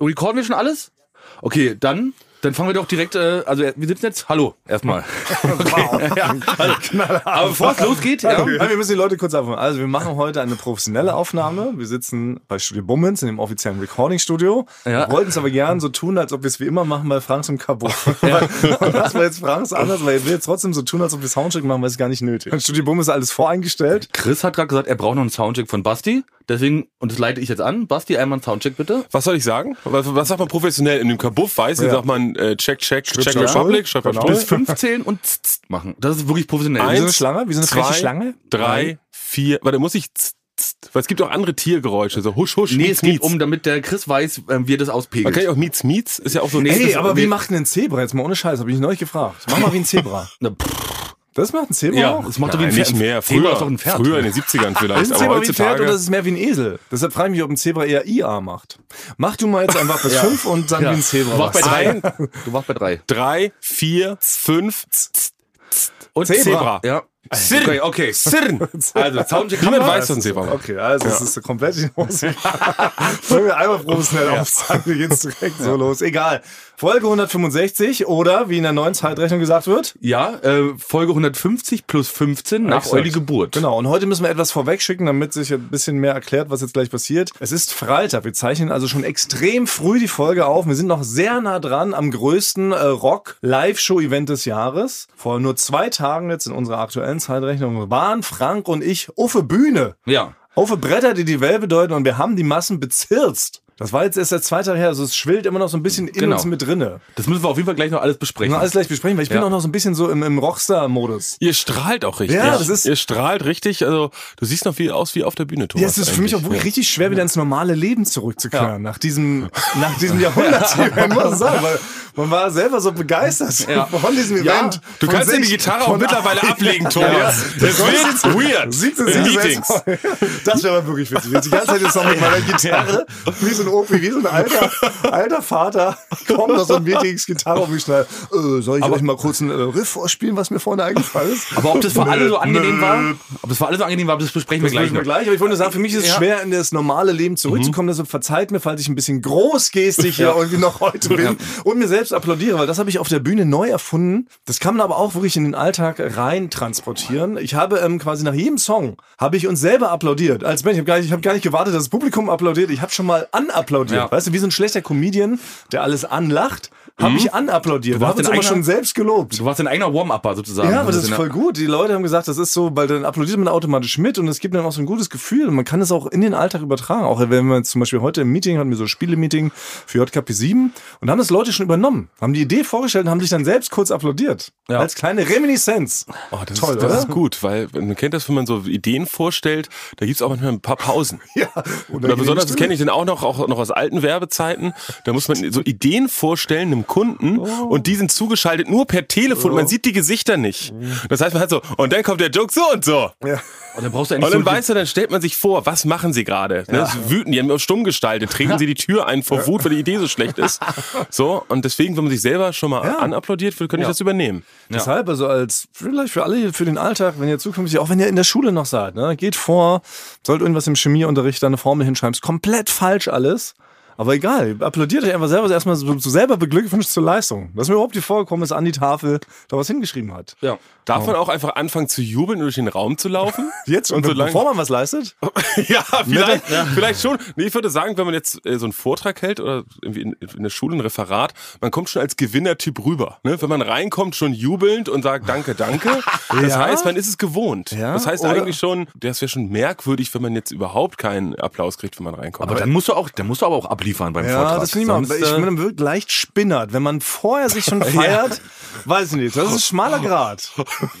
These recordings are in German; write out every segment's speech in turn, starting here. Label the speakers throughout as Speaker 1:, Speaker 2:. Speaker 1: Recorden wir schon alles? Okay, dann, dann fangen wir doch direkt, äh, also äh, wir sitzen jetzt, hallo, erstmal.
Speaker 2: Wow.
Speaker 1: ja, hallo. Aber bevor es losgeht, ja,
Speaker 2: Ja, wir müssen die Leute kurz abholen. Also wir machen heute eine professionelle Aufnahme. Wir sitzen bei Studio Bummens in dem offiziellen Recording-Studio.
Speaker 1: Ja.
Speaker 2: Wollten es aber gern so tun, als ob wir es wie immer machen bei Franks im Cabo. Und das war jetzt Franks anders, weil er will jetzt trotzdem so tun, als ob wir Soundcheck machen, weil es gar nicht nötig. Und Studio Bummens ist alles voreingestellt.
Speaker 1: Chris hat gerade gesagt, er braucht noch einen Soundcheck von Basti, deswegen, und das leite ich jetzt an, Basti, einmal einen Soundcheck bitte.
Speaker 3: Was soll ich sagen? Was, was sagt man professionell? In dem Kabuff weiß, ja.
Speaker 2: Ja.
Speaker 3: sagt man äh, Check, Check, Check
Speaker 2: ja.
Speaker 3: Republic, Check
Speaker 2: Genau.
Speaker 3: Republic.
Speaker 1: Bis 15 und tzt, tzt machen. Das ist wirklich professionell. Also,
Speaker 2: Wie so
Speaker 3: Eins,
Speaker 2: eine Schlange, wie so eine
Speaker 3: zwei,
Speaker 2: freche Schlange.
Speaker 3: Drei, vier, warte, muss ich tzt, tzt, weil es gibt auch andere Tiergeräusche, so husch, husch,
Speaker 1: nee,
Speaker 3: mietz,
Speaker 1: es geht
Speaker 3: mietz.
Speaker 1: um, damit der Chris weiß, ähm, wie er das
Speaker 3: Man
Speaker 1: auspegelt.
Speaker 3: kann ja auch mietz, mietz, ist ja auch so ein
Speaker 2: Ey,
Speaker 3: das-
Speaker 2: aber wie
Speaker 3: wir-
Speaker 2: macht denn ein Zebra jetzt mal ohne Scheiß? Hab ich neulich gefragt. Mach mal wie ein Zebra.
Speaker 1: Na, pff,
Speaker 2: Das macht ein Zebra
Speaker 1: ja,
Speaker 2: auch?
Speaker 1: das macht doch wie ein
Speaker 3: Nein,
Speaker 1: Pferd.
Speaker 3: Äh, nicht mehr.
Speaker 1: Zebra
Speaker 3: Früher,
Speaker 1: ist doch ein Pferd.
Speaker 3: früher in den 70ern vielleicht,
Speaker 2: Ist ein Zebra
Speaker 3: aber
Speaker 2: wie ein Pferd
Speaker 3: heutzutage.
Speaker 2: oder ist es mehr wie ein Esel? Deshalb frage ich mich, ob ein Zebra eher IA macht. Mach du mal jetzt einfach bis fünf und dann
Speaker 1: Ja.
Speaker 2: wie ein Zebra.
Speaker 1: Du warst bei
Speaker 2: machst.
Speaker 1: drei.
Speaker 3: Ein-
Speaker 1: Du warst bei drei.
Speaker 3: drei, vier, fünf,
Speaker 1: Und
Speaker 2: Zebra. Äh,
Speaker 3: Zebra.
Speaker 1: Ja. Okay, okay.
Speaker 3: Sirn.
Speaker 1: Also, Soundcheck haben
Speaker 3: Niemand
Speaker 1: wir.
Speaker 3: weiß, was ein Zebra macht.
Speaker 2: Okay, also es ist komplett die Hose. Fangen wir einmal professionell auf, sagen wir jetzt direkt so los. Egal. Folge 165 oder wie in der neuen Zeitrechnung gesagt wird.
Speaker 1: Ja, äh, Folge 150 plus 15 nach
Speaker 2: Exakt.
Speaker 1: Euli Geburt.
Speaker 2: Genau, und heute müssen wir etwas vorwegschicken, damit sich ein bisschen mehr erklärt, was jetzt gleich passiert. Es ist Freitag, wir zeichnen also schon extrem früh die Folge auf. Wir sind noch sehr nah dran am größten äh, Rock-Live-Show-Event des Jahres. Vor nur zwei Tagen jetzt in unserer aktuellen Zeitrechnung waren Frank und ich auf der Bühne.
Speaker 1: Ja.
Speaker 2: Auf die Bretter, die die Welt bedeuten und wir haben die Massen bezirzt. Das war jetzt erst der zweite Tag her, also es schwillt immer noch so ein bisschen in
Speaker 1: Genau.
Speaker 2: uns mit drinne.
Speaker 1: Das müssen wir auf jeden Fall gleich noch alles
Speaker 2: Wir
Speaker 1: besprechen.
Speaker 2: müssen alles gleich besprechen, weil ich
Speaker 1: Ja.
Speaker 2: bin auch noch so ein bisschen so im, im Rockstar-Modus.
Speaker 3: Ihr strahlt auch richtig.
Speaker 2: Ja, das ist-
Speaker 3: Ihr strahlt richtig. Also, du siehst noch wie aus wie auf der Bühne, Thomas.
Speaker 2: Ja, es ist für mich auch
Speaker 3: eigentlich.
Speaker 2: wirklich richtig schwer, wieder ins normale Leben zurückzukehren, nach diesem, nach diesem Jahrhundert hier, wenn man so sagen, weil man war selber so begeistert
Speaker 1: Ja.
Speaker 2: von diesem
Speaker 1: Ja.
Speaker 2: Event.
Speaker 3: Du
Speaker 2: von
Speaker 3: kannst ja die
Speaker 2: sich-
Speaker 3: Gitarre auch
Speaker 2: von-
Speaker 3: mittlerweile ablegen, Thomas. Das wird weird.
Speaker 2: Sieht sie
Speaker 3: In
Speaker 2: sich
Speaker 3: Meetings.
Speaker 2: selbst- Das wäre aber wirklich witzig. Jetzt die ganze Zeit jetzt noch mit meiner Gitarre, wie so ein Opi, wie so ein alter, alter Vater, kommt aus so einem Meetings Gitarre auf mich schnell. Äh, soll ich euch mal kurz einen äh, Riff vorspielen, was mir vorne eingefallen ist?
Speaker 1: Aber ob das für alle so angenehm
Speaker 2: nö.
Speaker 1: war, ob das für alle so angenehm war, das besprechen wir
Speaker 2: Das
Speaker 1: gleich
Speaker 2: müssen wir
Speaker 1: noch.
Speaker 2: gleich, aber ich wollte nur sagen, für mich ist es
Speaker 1: Ja. Mhm.
Speaker 2: schwer, in das normale Leben zurückzukommen. Deshalb verzeiht mir, falls ich ein bisschen großgestig hier irgendwie noch heute bin und mir selbst applaudiere, weil das habe ich auf der Bühne neu erfunden. Das kann man aber auch wirklich in den Alltag rein transportieren. Ich habe ähm, quasi nach jedem Song habe ich uns selber applaudiert. Als Mensch, ich habe gar, nicht- ich habe gar nicht gewartet, dass das Publikum applaudiert. Ich habe schon mal anapplaudiert.
Speaker 1: Ja.
Speaker 2: Weißt du, wie so ein schlechter Comedian, der alles anlacht, habe ich anapplaudiert.
Speaker 1: Mhm. warst
Speaker 2: Habe uns
Speaker 1: dein
Speaker 2: aber
Speaker 1: eigener-
Speaker 2: schon selbst gelobt.
Speaker 1: Du warst dein eigener Warm-Upper sozusagen.
Speaker 2: Ja, aber das
Speaker 1: in
Speaker 2: ist
Speaker 1: der-
Speaker 3: ne?
Speaker 2: voll gut. Die Leute haben gesagt, das ist so, weil dann applaudiert man automatisch mit und es gibt dann auch so ein gutes Gefühl. Und man kann es auch in den Alltag übertragen. Auch wenn wir jetzt zum Beispiel heute im Meeting hatten wir so ein Spielemeeting für JKP7 und haben das Leute schon übernommen. Haben die Idee vorgestellt und haben sich dann selbst kurz applaudiert.
Speaker 1: Ja.
Speaker 2: Als kleine Reminiszenz.
Speaker 3: Oh, das,
Speaker 2: Toll,
Speaker 3: ist, das
Speaker 2: oder?
Speaker 3: ist gut, weil man kennt das, wenn man so Ideen vorstellt, da gibt's auch manchmal ein paar Pausen.
Speaker 2: Ja.
Speaker 3: Oder besonders, das kenne ich dann auch noch, auch noch aus alten Werbezeiten, da muss man so Ideen vorstellen einem Kunden und die sind zugeschaltet nur per Telefon, man sieht die Gesichter nicht. Das heißt, man hat so, und dann kommt der Joke so und so.
Speaker 2: Ja.
Speaker 1: Und Oh, dann brauchst du eigentlich
Speaker 3: Und dann
Speaker 1: so
Speaker 3: weißt du, dann stellt man sich vor, was machen sie gerade? Ne? Sie wüten, die haben auch stumm gestaltet, treten sie die Tür ein vor Wut, weil die Idee so schlecht ist. So, und deswegen, wenn man sich selber schon mal anapplaudiert wird, könnte ich das übernehmen.
Speaker 2: Deshalb, also als vielleicht für alle, für den Alltag, wenn ihr zukünftig, auch wenn ihr in der Schule noch seid, ne, geht vor, sollt irgendwas im Chemieunterricht da eine Formel hinschreiben, ist komplett falsch alles. Aber egal, applaudiert euch einfach selber erstmal so, so selber beglückwünscht zur Leistung. Dass mir überhaupt die vorgekommen ist, an die Tafel da was hingeschrieben hat.
Speaker 1: ja.
Speaker 3: Darf man auch einfach anfangen zu jubeln und durch den Raum zu laufen?
Speaker 2: Jetzt und,
Speaker 3: so lang-
Speaker 2: bevor man was leistet?
Speaker 3: ja, vielleicht, vielleicht schon. Nee, ich würde sagen, wenn man jetzt äh, so einen Vortrag hält oder irgendwie in, in der Schule ein Referat, man kommt schon als Gewinnertyp rüber. Ne? Wenn man reinkommt, schon jubelnd und sagt Danke, danke. Das
Speaker 2: Ja?
Speaker 3: heißt, man ist es gewohnt.
Speaker 2: Ja,
Speaker 3: das heißt
Speaker 2: oder-
Speaker 3: eigentlich schon, das wäre schon merkwürdig, wenn man jetzt überhaupt keinen Applaus kriegt, wenn man reinkommt.
Speaker 1: Aber dann musst du auch, dann musst du aber auch abliefern beim Vortrag.
Speaker 2: Ja, das finde ich mal.
Speaker 1: Sonst,
Speaker 2: Ich
Speaker 1: äh,
Speaker 2: bin man wird leicht spinnert. Wenn man vorher sich schon feiert, weiß ich nicht. Das ist ein schmaler Grad.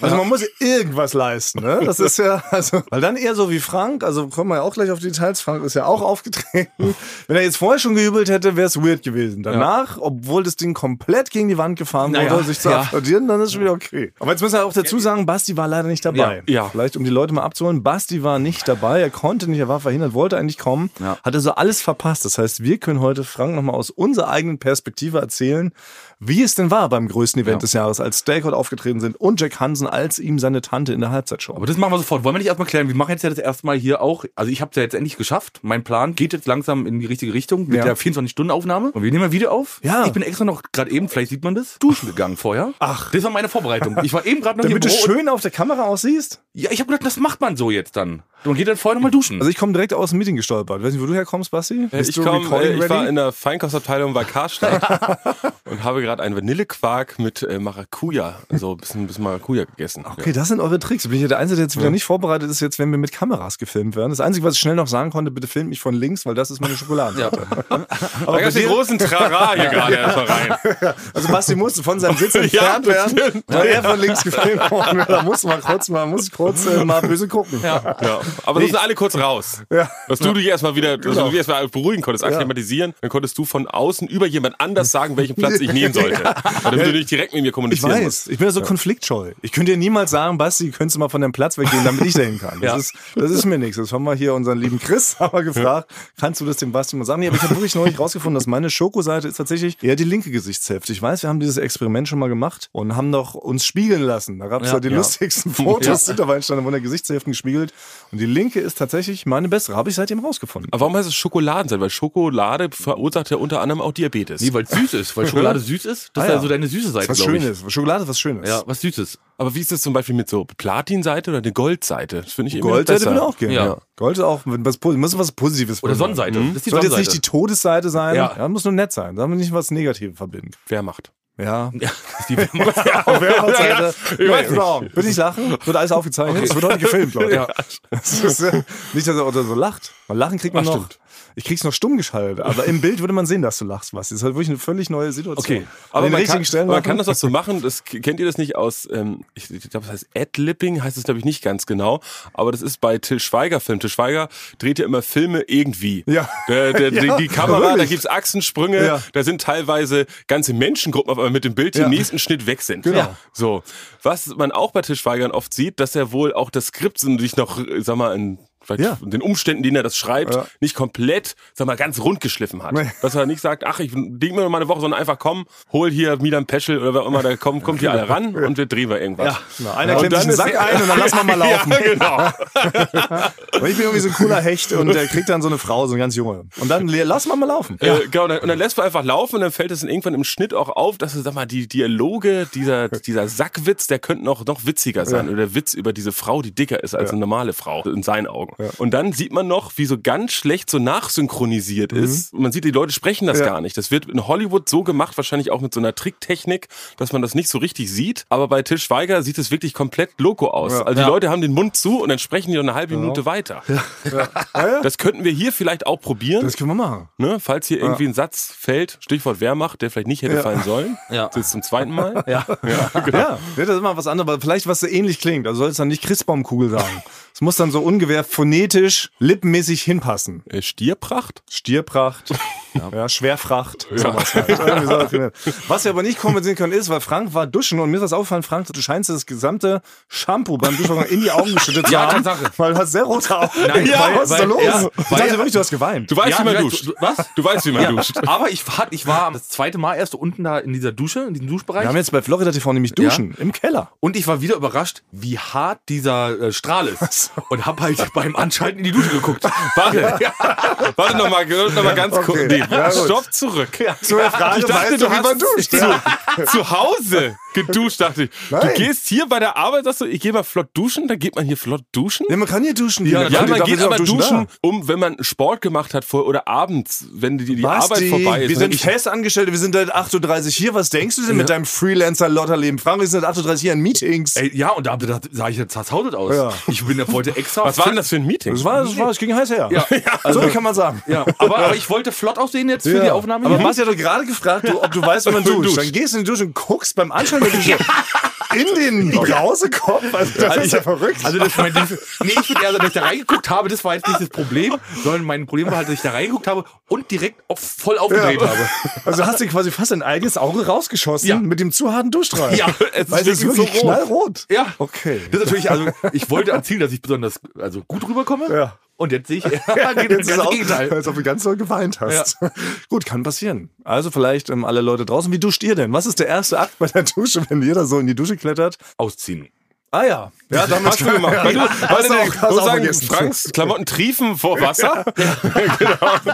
Speaker 2: Also man muss irgendwas leisten, ne? Das ist ja, also, weil dann eher so wie Frank, also kommen wir ja auch gleich auf die Details. Frank ist ja auch aufgetreten. Wenn er jetzt vorher schon gejubelt hätte, wäre es weird gewesen. Danach, obwohl das Ding komplett gegen die Wand gefahren
Speaker 1: Naja,
Speaker 2: wurde, sich zu
Speaker 1: ja.
Speaker 2: applaudieren, dann ist schon wieder okay. Aber jetzt müssen wir auch dazu sagen, Basti war leider nicht dabei.
Speaker 3: Ja, ja.
Speaker 2: Vielleicht, um die Leute mal abzuholen. Basti war nicht dabei, er konnte nicht, er war verhindert, wollte eigentlich kommen,
Speaker 1: Ja.
Speaker 2: hat also alles verpasst. Das heißt, wir können heute Frank nochmal aus unserer eigenen Perspektive erzählen, wie es denn war beim größten Event
Speaker 1: Ja.
Speaker 2: des Jahres als Stakehold aufgetreten sind und Jack Hansen als ihm seine Tante in der Halbzeitshow.
Speaker 1: Aber das machen wir sofort. Wollen wir nicht erstmal klären? Wir machen jetzt ja das erstmal hier auch. Also ich habe es ja jetzt endlich geschafft. Mein Plan geht jetzt langsam in die richtige Richtung mit
Speaker 2: Ja.
Speaker 1: der 24-Stunden-Aufnahme. Und wir nehmen ja Video auf.
Speaker 2: Ja.
Speaker 1: Ich bin extra noch gerade eben, vielleicht sieht man das, duschen gegangen vorher.
Speaker 2: Ach.
Speaker 1: Das war meine Vorbereitung. Ich war eben gerade noch
Speaker 2: Damit du
Speaker 1: hier im Büro. und-
Speaker 2: schön auf der Kamera aussiehst.
Speaker 1: Ja, ich habe gedacht, das macht man so jetzt dann. Und geht dann vorher nochmal duschen.
Speaker 2: Also ich komme direkt aus dem Meeting gestolpert. Weiß nicht, wo du herkommst, Basti? Bist
Speaker 3: ich
Speaker 2: du
Speaker 3: komm,
Speaker 2: recording
Speaker 3: äh, ich war
Speaker 2: ready?
Speaker 3: in der Feinkostabteilung bei Karstadt und habe gerade einen Vanillequark mit äh, Maracuja, so ein bisschen, bisschen Maracuja gegessen.
Speaker 2: Okay, das sind eure Tricks. Bin ich ja der Einzige, der jetzt wieder nicht vorbereitet ist, jetzt, wenn wir mit Kameras gefilmt werden. Das Einzige, was ich schnell noch sagen konnte, bitte filmt mich von links, weil das ist meine Schokolade.
Speaker 3: Da
Speaker 2: Aber bei
Speaker 3: gab's den
Speaker 2: dir,
Speaker 3: großen Trara hier gerade erstmal rein.
Speaker 2: also Basti musste von seinem Sitz entfernt
Speaker 3: das
Speaker 2: werden, weil er von links gefilmt worden wäre. Da musste man kurz mal, muss ich kurz äh, mal böse gucken.
Speaker 3: Ja. Aber sonst sind alle kurz raus.
Speaker 2: Ja. Genau.
Speaker 3: Dass du dich erstmal wieder, dass du dich erstmal beruhigen konntest, akklimatisieren, dann konntest du von außen über jemand anders sagen, welchen Platz ich nehmen sollte. Und Damit du nicht direkt mit mir
Speaker 2: Ich
Speaker 3: kommunizieren musst.
Speaker 2: weiß, ich bin ja so konfliktscheu. Ich könnte dir niemals sagen, Basti, könntest du mal von deinem Platz weggehen, damit ich dahin kann. Das,
Speaker 1: Ja.
Speaker 2: ist, das ist mir nichts. Das haben wir hier unseren lieben Chris haben wir gefragt, kannst du das dem Basti mal sagen? Nee, aber ich habe wirklich neulich rausgefunden, dass meine Schokoseite ist tatsächlich eher die linke Gesichtshälfte. Ich weiß, wir haben dieses Experiment schon mal gemacht und haben doch uns spiegeln lassen. Da gab es ja,
Speaker 1: Ja.
Speaker 2: die
Speaker 1: Ja.
Speaker 2: lustigsten Fotos,
Speaker 1: Ja.
Speaker 2: die dabei entstanden, wurden der Gesichtshälften gespiegelt. Und die linke ist tatsächlich meine bessere. Habe ich seitdem rausgefunden.
Speaker 3: Aber warum heißt es Schokoladenseite? Weil Schokolade verursacht ja unter anderem auch Diabetes.
Speaker 1: Nee, weil es süß ist, weil Schokolade süß ist. Das
Speaker 2: Ah,
Speaker 1: ist ja
Speaker 2: ja.
Speaker 1: so deine süße Seite,
Speaker 2: Was
Speaker 1: glaube ich.
Speaker 2: Schönes. Schokolade ist was Schönes.
Speaker 1: Ja, was Süßes.
Speaker 3: Aber wie ist das zum Beispiel mit so Platinseite oder eine Goldseite? Das finde ich immer
Speaker 2: Gold
Speaker 3: besser.
Speaker 2: hätte mir auch gehen.
Speaker 1: Ja.
Speaker 2: Ja. Gold ist auch was, Posi- muss was Positives
Speaker 1: Oder
Speaker 2: bringen.
Speaker 1: Sonnenseite. Das ist die
Speaker 2: Sollte jetzt
Speaker 1: Sonnenseite.
Speaker 2: nicht die Todesseite sein. Ja.
Speaker 1: Ja.
Speaker 2: muss nur nett sein. Damit nicht was Negatives verbinden.
Speaker 3: Wer macht?
Speaker 1: ja,
Speaker 2: Ja.
Speaker 1: das ist die Wehrmacht.
Speaker 2: Auf Wehrmachtseite.
Speaker 3: ich weiß nicht.
Speaker 2: Würde ich lachen? Wird alles aufgezeichnet. Es wird heute gefilmt, Leute.
Speaker 1: Ja.
Speaker 2: Das ist, äh, nicht, dass er oder so lacht. Weil Lachen kriegt man
Speaker 3: Ach,
Speaker 2: noch. Ich krieg's noch stumm geschaltet. Aber im Bild würde man sehen, dass du lachst, was. Das ist halt wirklich eine völlig neue Situation.
Speaker 1: Okay.
Speaker 2: An
Speaker 3: Aber
Speaker 2: den
Speaker 3: man
Speaker 2: richtigen
Speaker 3: kann,
Speaker 2: Stellen
Speaker 3: man
Speaker 2: lachen.
Speaker 3: kann das auch so machen. Das kennt ihr das nicht aus, ähm, ich, ich glaube, das heißt Ad-Lipping, heißt es glaube ich nicht ganz genau. Aber das ist bei Till Schweiger Film. Till Schweiger dreht ja immer Filme irgendwie.
Speaker 2: Ja.
Speaker 3: Der, der,
Speaker 2: Ja,
Speaker 3: die Kamera, da
Speaker 2: wirklich.
Speaker 3: gibt's Achsensprünge,
Speaker 2: Ja.
Speaker 3: da sind teilweise ganze Menschengruppen auf einmal mit dem Bild, die
Speaker 2: Ja.
Speaker 3: im nächsten Schnitt weg sind.
Speaker 2: Genau.
Speaker 3: Ja. So. Was man auch bei Till Schweigern oft sieht, dass er wohl auch das Skript so sich noch, äh, sag mal, in vielleicht
Speaker 2: Ja.
Speaker 3: den Umständen, denen er das schreibt,
Speaker 2: Ja.
Speaker 3: nicht komplett, sag mal, ganz rund geschliffen hat.
Speaker 2: Nee.
Speaker 3: Dass er nicht sagt, ach, ich denk mir noch mal eine Woche, sondern einfach komm, hol hier Milan Peschel oder wer auch immer da kommt, kommt hier alle ran und wir drehen wir irgendwas.
Speaker 2: Na, einer
Speaker 3: Und
Speaker 2: klemmt sich
Speaker 3: dann
Speaker 2: einen
Speaker 3: ist-
Speaker 2: Sack ein und dann lassen wir mal laufen.
Speaker 3: Ja, genau.
Speaker 2: Weil ich bin irgendwie so ein cooler Hecht und der kriegt dann so eine Frau, so ein ganz Junge. Und dann le- lassen wir mal laufen.
Speaker 3: Äh, genau, und dann, und dann lässt man einfach laufen und dann fällt es dann irgendwann im Schnitt auch auf, dass du, sag mal, die Dialoge, dieser, dieser Sackwitz, der könnte noch, noch witziger sein. Oder der Witz über diese Frau, die dicker ist als eine normale Frau, in seinen Augen. Und dann sieht man noch, wie so ganz schlecht so nachsynchronisiert
Speaker 1: Mhm.
Speaker 3: ist. Man sieht, die Leute sprechen das
Speaker 2: Ja.
Speaker 3: gar nicht. Das wird in Hollywood so gemacht, wahrscheinlich auch mit so einer Tricktechnik, dass man das nicht so richtig sieht. Aber bei Till Schweiger sieht es wirklich komplett loco aus. Also die
Speaker 1: Ja.
Speaker 3: Leute haben den Mund zu und dann sprechen die noch eine halbe Minute weiter. Das könnten wir hier vielleicht auch probieren.
Speaker 2: Das können wir machen.
Speaker 3: Ne, falls hier irgendwie ein Satz fällt, Stichwort Wehrmacht, der vielleicht nicht hätte fallen sollen,
Speaker 1: Ja.
Speaker 3: jetzt zum zweiten Mal.
Speaker 1: Ja. Genau.
Speaker 2: Ja, wird das ist immer was anderes, aber vielleicht was so ähnlich klingt. Also soll es dann nicht Christbaumkugel sagen. Es muss dann so ungefähr phonetisch, lippenmäßig hinpassen.
Speaker 3: Äh, Stierpracht?
Speaker 2: Stierpracht, ja. Schwerfracht, sowas halt. Irgendwie sowas genannt. Was wir aber nicht kompensieren können ist, weil Frank war duschen und mir ist das aufgefallen, Frank, du scheinst das gesamte Shampoo beim Duschvorgang in die Augen geschüttet zu
Speaker 1: Ja,
Speaker 2: haben.
Speaker 1: Tatsache.
Speaker 2: Weil du hast sehr rote Augen.
Speaker 1: Nein, weil-
Speaker 2: was ist da
Speaker 1: weil-
Speaker 2: los?
Speaker 1: ja,
Speaker 2: ich
Speaker 1: weil-
Speaker 2: dachte wirklich, du hast geweint.
Speaker 3: Du weißt,
Speaker 1: Ja,
Speaker 3: wie man
Speaker 1: du-
Speaker 3: duscht.
Speaker 1: du- was?
Speaker 3: Du weißt, wie man duscht.
Speaker 1: Aber ich war, ich war das zweite Mal erst unten da in dieser Dusche, in diesem Duschbereich.
Speaker 2: Wir haben jetzt bei Florida TV nämlich Duschen im Keller.
Speaker 1: Und ich war wieder überrascht, wie hart dieser äh, Strahl ist. Und hab halt beim Anschalten in die Dusche geguckt.
Speaker 3: Warte, warte nochmal noch mal ganz kurz.
Speaker 2: okay.
Speaker 3: Nee,
Speaker 2: Ja, gut.
Speaker 3: Stopp zurück.
Speaker 2: Zu der Frage,
Speaker 3: Ich dachte,
Speaker 2: weißt
Speaker 3: du
Speaker 2: wie man duscht.
Speaker 3: hast zu, zu Hause geduscht, dachte ich. Du
Speaker 2: Nein.
Speaker 3: gehst hier bei der Arbeit, sagst du, ich gehe mal flott duschen, dann geht man hier flott duschen?
Speaker 2: Ja, man kann hier duschen.
Speaker 3: Ja,
Speaker 2: natürlich.
Speaker 3: man
Speaker 2: Dafür
Speaker 3: geht
Speaker 2: sind auch
Speaker 3: aber duschen,
Speaker 2: da.
Speaker 3: um, wenn man Sport gemacht hat vor, oder abends, wenn die, die
Speaker 2: Basti,
Speaker 3: Arbeit vorbei ist. ne?
Speaker 2: Wir sind
Speaker 3: Ich-
Speaker 2: fest angestellt, wir sind seit 8.30 Uhr hier. Was denkst du denn mit deinem Freelancer-Lotterleben? Frank, wir sind seit 8.30 Uhr hier in Meetings.
Speaker 1: Ey, ja, und da, da sah ich jetzt zerzaudert aus.
Speaker 2: Ja.
Speaker 1: Ich bin, wollte extra.
Speaker 3: was war denn das für ein Meeting?
Speaker 2: war, das war, es ging heiß her.
Speaker 1: Ja.
Speaker 2: so kann man sagen.
Speaker 1: Ja, aber, aber ich wollte flott aussehen jetzt für die Aufnahme.
Speaker 2: Aber
Speaker 1: hier.
Speaker 2: Basti hat doch gerade gefragt, du, ob du weißt, wie man
Speaker 3: Ob du
Speaker 2: duscht.
Speaker 3: duscht.
Speaker 2: Dann gehst du in die Dusche und guckst beim Anschalten der Dusche in den Brausekopf. Also, das ist ja verrückt.
Speaker 1: Also das, mein, nee, ich bin eher so, dass ich da reingeguckt habe, das war jetzt nicht das Problem, sondern mein Problem war halt, dass ich da reingeguckt habe und direkt auf, voll aufgedreht
Speaker 2: Ja.
Speaker 1: habe.
Speaker 2: Also hast du quasi fast dein eigenes Auge rausgeschossen
Speaker 1: Ja.
Speaker 2: mit dem zu harten Duschstrahl.
Speaker 1: Ja, es ist
Speaker 2: Weil das ist
Speaker 1: wirklich so rot.
Speaker 2: wirklich knallrot.
Speaker 1: Ja.
Speaker 2: Okay.
Speaker 1: Das ist natürlich, also ich wollte am Ziel, dass ich besonders also gut rüberkomme.
Speaker 2: Ja.
Speaker 1: Und jetzt sehe ich ja, geht das
Speaker 2: ist auch-
Speaker 1: Gegenteil.
Speaker 2: Als ob du ganz doll geweint hast. Gut, kann passieren. Also vielleicht ähm, alle Leute draußen. Wie duscht ihr denn? Was ist der erste Akt bei der Dusche, wenn jeder so in die Dusche klettert?
Speaker 1: Ausziehen.
Speaker 2: Ah ja. Ja, damit
Speaker 3: Hast du gemacht.
Speaker 2: Ja,
Speaker 3: Weil du,
Speaker 2: hast
Speaker 3: hast
Speaker 2: du auch- hast du auch
Speaker 3: sagen,
Speaker 2: vergessen.
Speaker 3: Franks Klamotten triefen vor Wasser.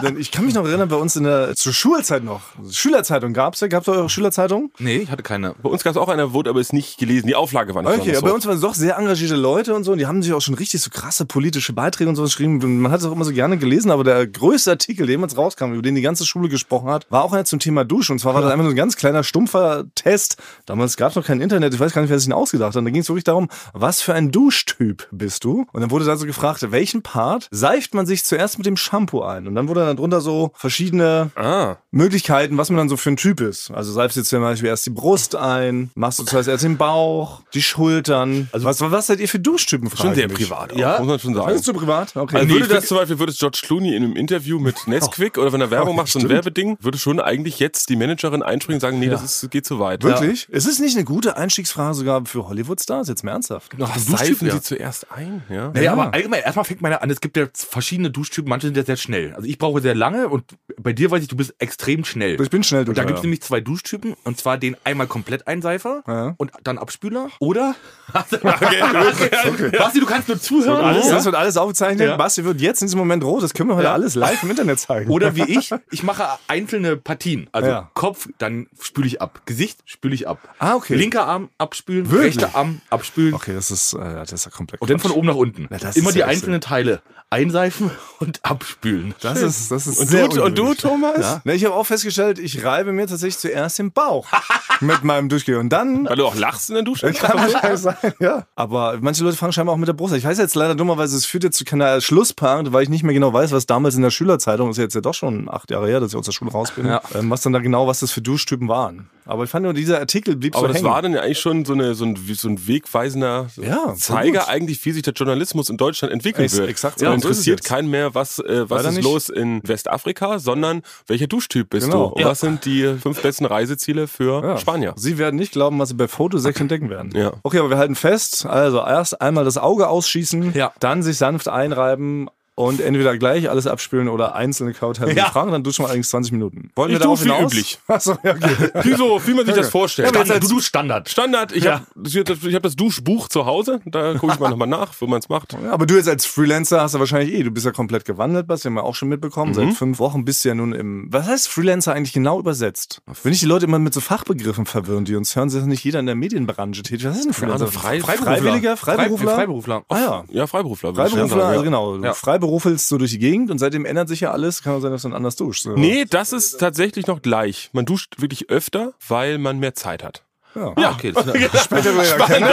Speaker 2: Denn ich kann mich noch erinnern, bei uns in der zur Schulzeit noch. Schülerzeitung gab's ja. Gab's da eure Schülerzeitung?
Speaker 1: Nee, ich hatte keine.
Speaker 3: Bei uns gab es auch einer, wurde aber ist nicht gelesen. Die Auflage war nicht
Speaker 2: Okay, aber bei
Speaker 3: besonders
Speaker 2: uns waren doch sehr engagierte Leute und so, und die haben sich auch schon richtig so krasse politische Beiträge und so geschrieben. Man hat es auch immer so gerne gelesen, aber der größte Artikel, der jemals rauskam, über den die ganze Schule gesprochen hat, war auch einer zum Thema Dusche. Und zwar war das einfach nur ein ganz kleiner, stumpfer Test. Damals gab es noch kein Internet, ich weiß gar nicht, wer sich den ausgedacht hat. Und da ging es wirklich darum, was für ein Duschtyp bist du? Und dann wurde da so gefragt, welchen Part seift man sich zuerst mit dem Shampoo ein? Und dann wurde dann drunter so verschiedene
Speaker 3: hoch. Ah.
Speaker 2: Möglichkeiten, was man dann so für ein Typ ist. Also salbst du zum Beispiel erst die Brust ein, machst du zuerst erst den Bauch, die Schultern. Also was, was seid ihr für Duschtypen?
Speaker 3: Schon sehr privat auch,
Speaker 1: Ja.
Speaker 3: muss man schon sagen.
Speaker 2: Das ist zu privat? Okay.
Speaker 3: Also
Speaker 1: Nee,
Speaker 3: würde
Speaker 1: ich
Speaker 3: das zum Beispiel, würde es George Clooney in einem Interview mit Nesquik oder wenn er Werbung macht, so ein Werbeding, würde schon eigentlich jetzt die Managerin einspringen und sagen, nee, das ist, geht zu weit.
Speaker 2: Wirklich? Ist es nicht eine gute Einstiegsfrage sogar für Hollywood-Stars? Jetzt mal ernsthaft.
Speaker 1: Noch
Speaker 3: Was
Speaker 1: Duschtypen,
Speaker 3: seifen
Speaker 1: ja.
Speaker 3: die zuerst ein? Ja.
Speaker 1: Naja,
Speaker 2: Ja.
Speaker 1: aber allgemein, erstmal fängt meiner an, es gibt ja verschiedene Duschtypen, manche sind ja sehr schnell. Also ich brauche sehr lange und bei dir weiß ich, du bist extrem schnell.
Speaker 2: Ich bin schnell
Speaker 1: und da
Speaker 2: durch,
Speaker 1: gibt es
Speaker 2: ja.
Speaker 1: nämlich zwei Duschtypen, und zwar den einmal komplett Einseifer
Speaker 2: Ja.
Speaker 1: und dann Abspüler. Oder? Basti, du kannst nur zuhören.
Speaker 2: Alles,
Speaker 1: Ja.
Speaker 2: das wird alles aufgezeichnet.
Speaker 1: Ja.
Speaker 2: Basti wird jetzt in diesem Moment rot. Das können wir heute
Speaker 1: Ja.
Speaker 2: alles live im Internet zeigen.
Speaker 1: Oder wie ich, ich mache einzelne Partien. Also
Speaker 2: Ja.
Speaker 1: Kopf, dann spüle ich ab. Gesicht, spüle ich ab.
Speaker 2: Ah, okay.
Speaker 1: Linker Arm abspülen,
Speaker 2: Wirklich?
Speaker 1: rechter Arm abspülen.
Speaker 2: Okay, das ist, äh, das ist ja komplett
Speaker 1: Und dann von
Speaker 2: Quatsch.
Speaker 1: oben nach unten.
Speaker 2: Na, das
Speaker 1: Immer
Speaker 2: ist
Speaker 1: die
Speaker 2: ja
Speaker 1: einzelnen Teile einseifen und abspülen.
Speaker 2: Das ist, das ist
Speaker 3: Und,
Speaker 2: sehr
Speaker 3: du, und du,
Speaker 2: ungewöhnlich.
Speaker 3: Thomas?
Speaker 2: Ja. Na, ich habe auch festgestellt, ich reibe mir tatsächlich zuerst den Bauch mit meinem Durchgehen. Und dann
Speaker 3: Weil du auch lachst in der Dusche?
Speaker 2: Kann wahrscheinlich sein, ja. Aber manche Leute fangen scheinbar auch mit der Brust an. Ich weiß jetzt leider dummerweise, es führt jetzt zu keiner Schlussparade, weil ich nicht mehr genau weiß, was damals in der Schülerzeitung, ist jetzt ja doch schon acht Jahre her, dass ich aus der Schule raus bin,
Speaker 1: Ja.
Speaker 2: ähm, was dann da genau, was das für Duschtypen waren. Aber ich fand nur, dieser Artikel blieb
Speaker 3: Aber
Speaker 2: so
Speaker 3: das
Speaker 2: hängen.
Speaker 3: war dann ja eigentlich schon so, eine, so, ein, wie- so ein wegweisender
Speaker 2: Ja,
Speaker 3: Zeiger
Speaker 2: gut.
Speaker 3: eigentlich, wie sich der Journalismus in Deutschland entwickeln
Speaker 2: Ex-
Speaker 3: wird.
Speaker 2: exakt so.
Speaker 3: ja,
Speaker 2: Und so ist es
Speaker 3: interessiert
Speaker 2: jetzt.
Speaker 3: keinen mehr, was, äh, was
Speaker 2: Leider
Speaker 3: ist
Speaker 2: nicht.
Speaker 3: los in Westafrika, sondern welcher Duschtyp bist
Speaker 2: Genau.
Speaker 3: du? Und
Speaker 2: Ja.
Speaker 3: Was sind die fünf besten Reiseziele für
Speaker 2: Ja.
Speaker 3: Spanier?
Speaker 2: Sie werden nicht glauben, was sie bei Fotosex entdecken werden.
Speaker 3: Ja.
Speaker 2: Okay, aber wir halten fest. Also erst einmal das Auge ausschießen,
Speaker 1: Ja.
Speaker 2: dann sich sanft einreiben und entweder gleich alles abspülen oder einzelne Kauteile
Speaker 1: Ja.
Speaker 2: fragen, dann duschen wir allerdings 20 Minuten. Wollen
Speaker 3: Ich
Speaker 2: wir darauf
Speaker 3: dusche wie
Speaker 2: hinaus?
Speaker 3: üblich.
Speaker 2: Achso, ja, okay.
Speaker 3: Wieso, wie man sich das vorstellt.
Speaker 1: Standard, du, du Standard.
Speaker 3: Standard, ich hab habe ich hab das Duschbuch zu Hause, da gucke ich mal nochmal nach, wo man es macht.
Speaker 2: Ja, Aber du jetzt als Freelancer hast ja wahrscheinlich eh, du bist ja komplett gewandelt, Basti, haben wir auch schon mitbekommen.
Speaker 3: Mhm.
Speaker 2: Seit fünf Wochen bist du ja nun im. Was heißt Freelancer eigentlich genau übersetzt? Wenn ich die Leute immer mit so Fachbegriffen verwirren, die uns hören, ist nicht jeder in der Medienbranche tätig. Was ist ein Freelancer?
Speaker 3: Ahnung, Frei-
Speaker 2: Freiwilliger? Freiberufler?
Speaker 1: Freiberufler. Freiberufler.
Speaker 2: Ah ja.
Speaker 3: Ja, Freiberufler. würd ich schon
Speaker 2: Freiberufler,
Speaker 3: sagen,
Speaker 2: also
Speaker 3: ja.
Speaker 2: genau. Du
Speaker 1: Ja.
Speaker 2: Freiberufelst du durch die Gegend und seitdem ändert sich ja alles. Kann auch sein, dass du dann anders duschst.
Speaker 3: Nee, das ist tatsächlich noch gleich. Man duscht wirklich öfter, weil man mehr Zeit hat.
Speaker 1: Ja, okay. Das ist
Speaker 2: Später will ja keiner.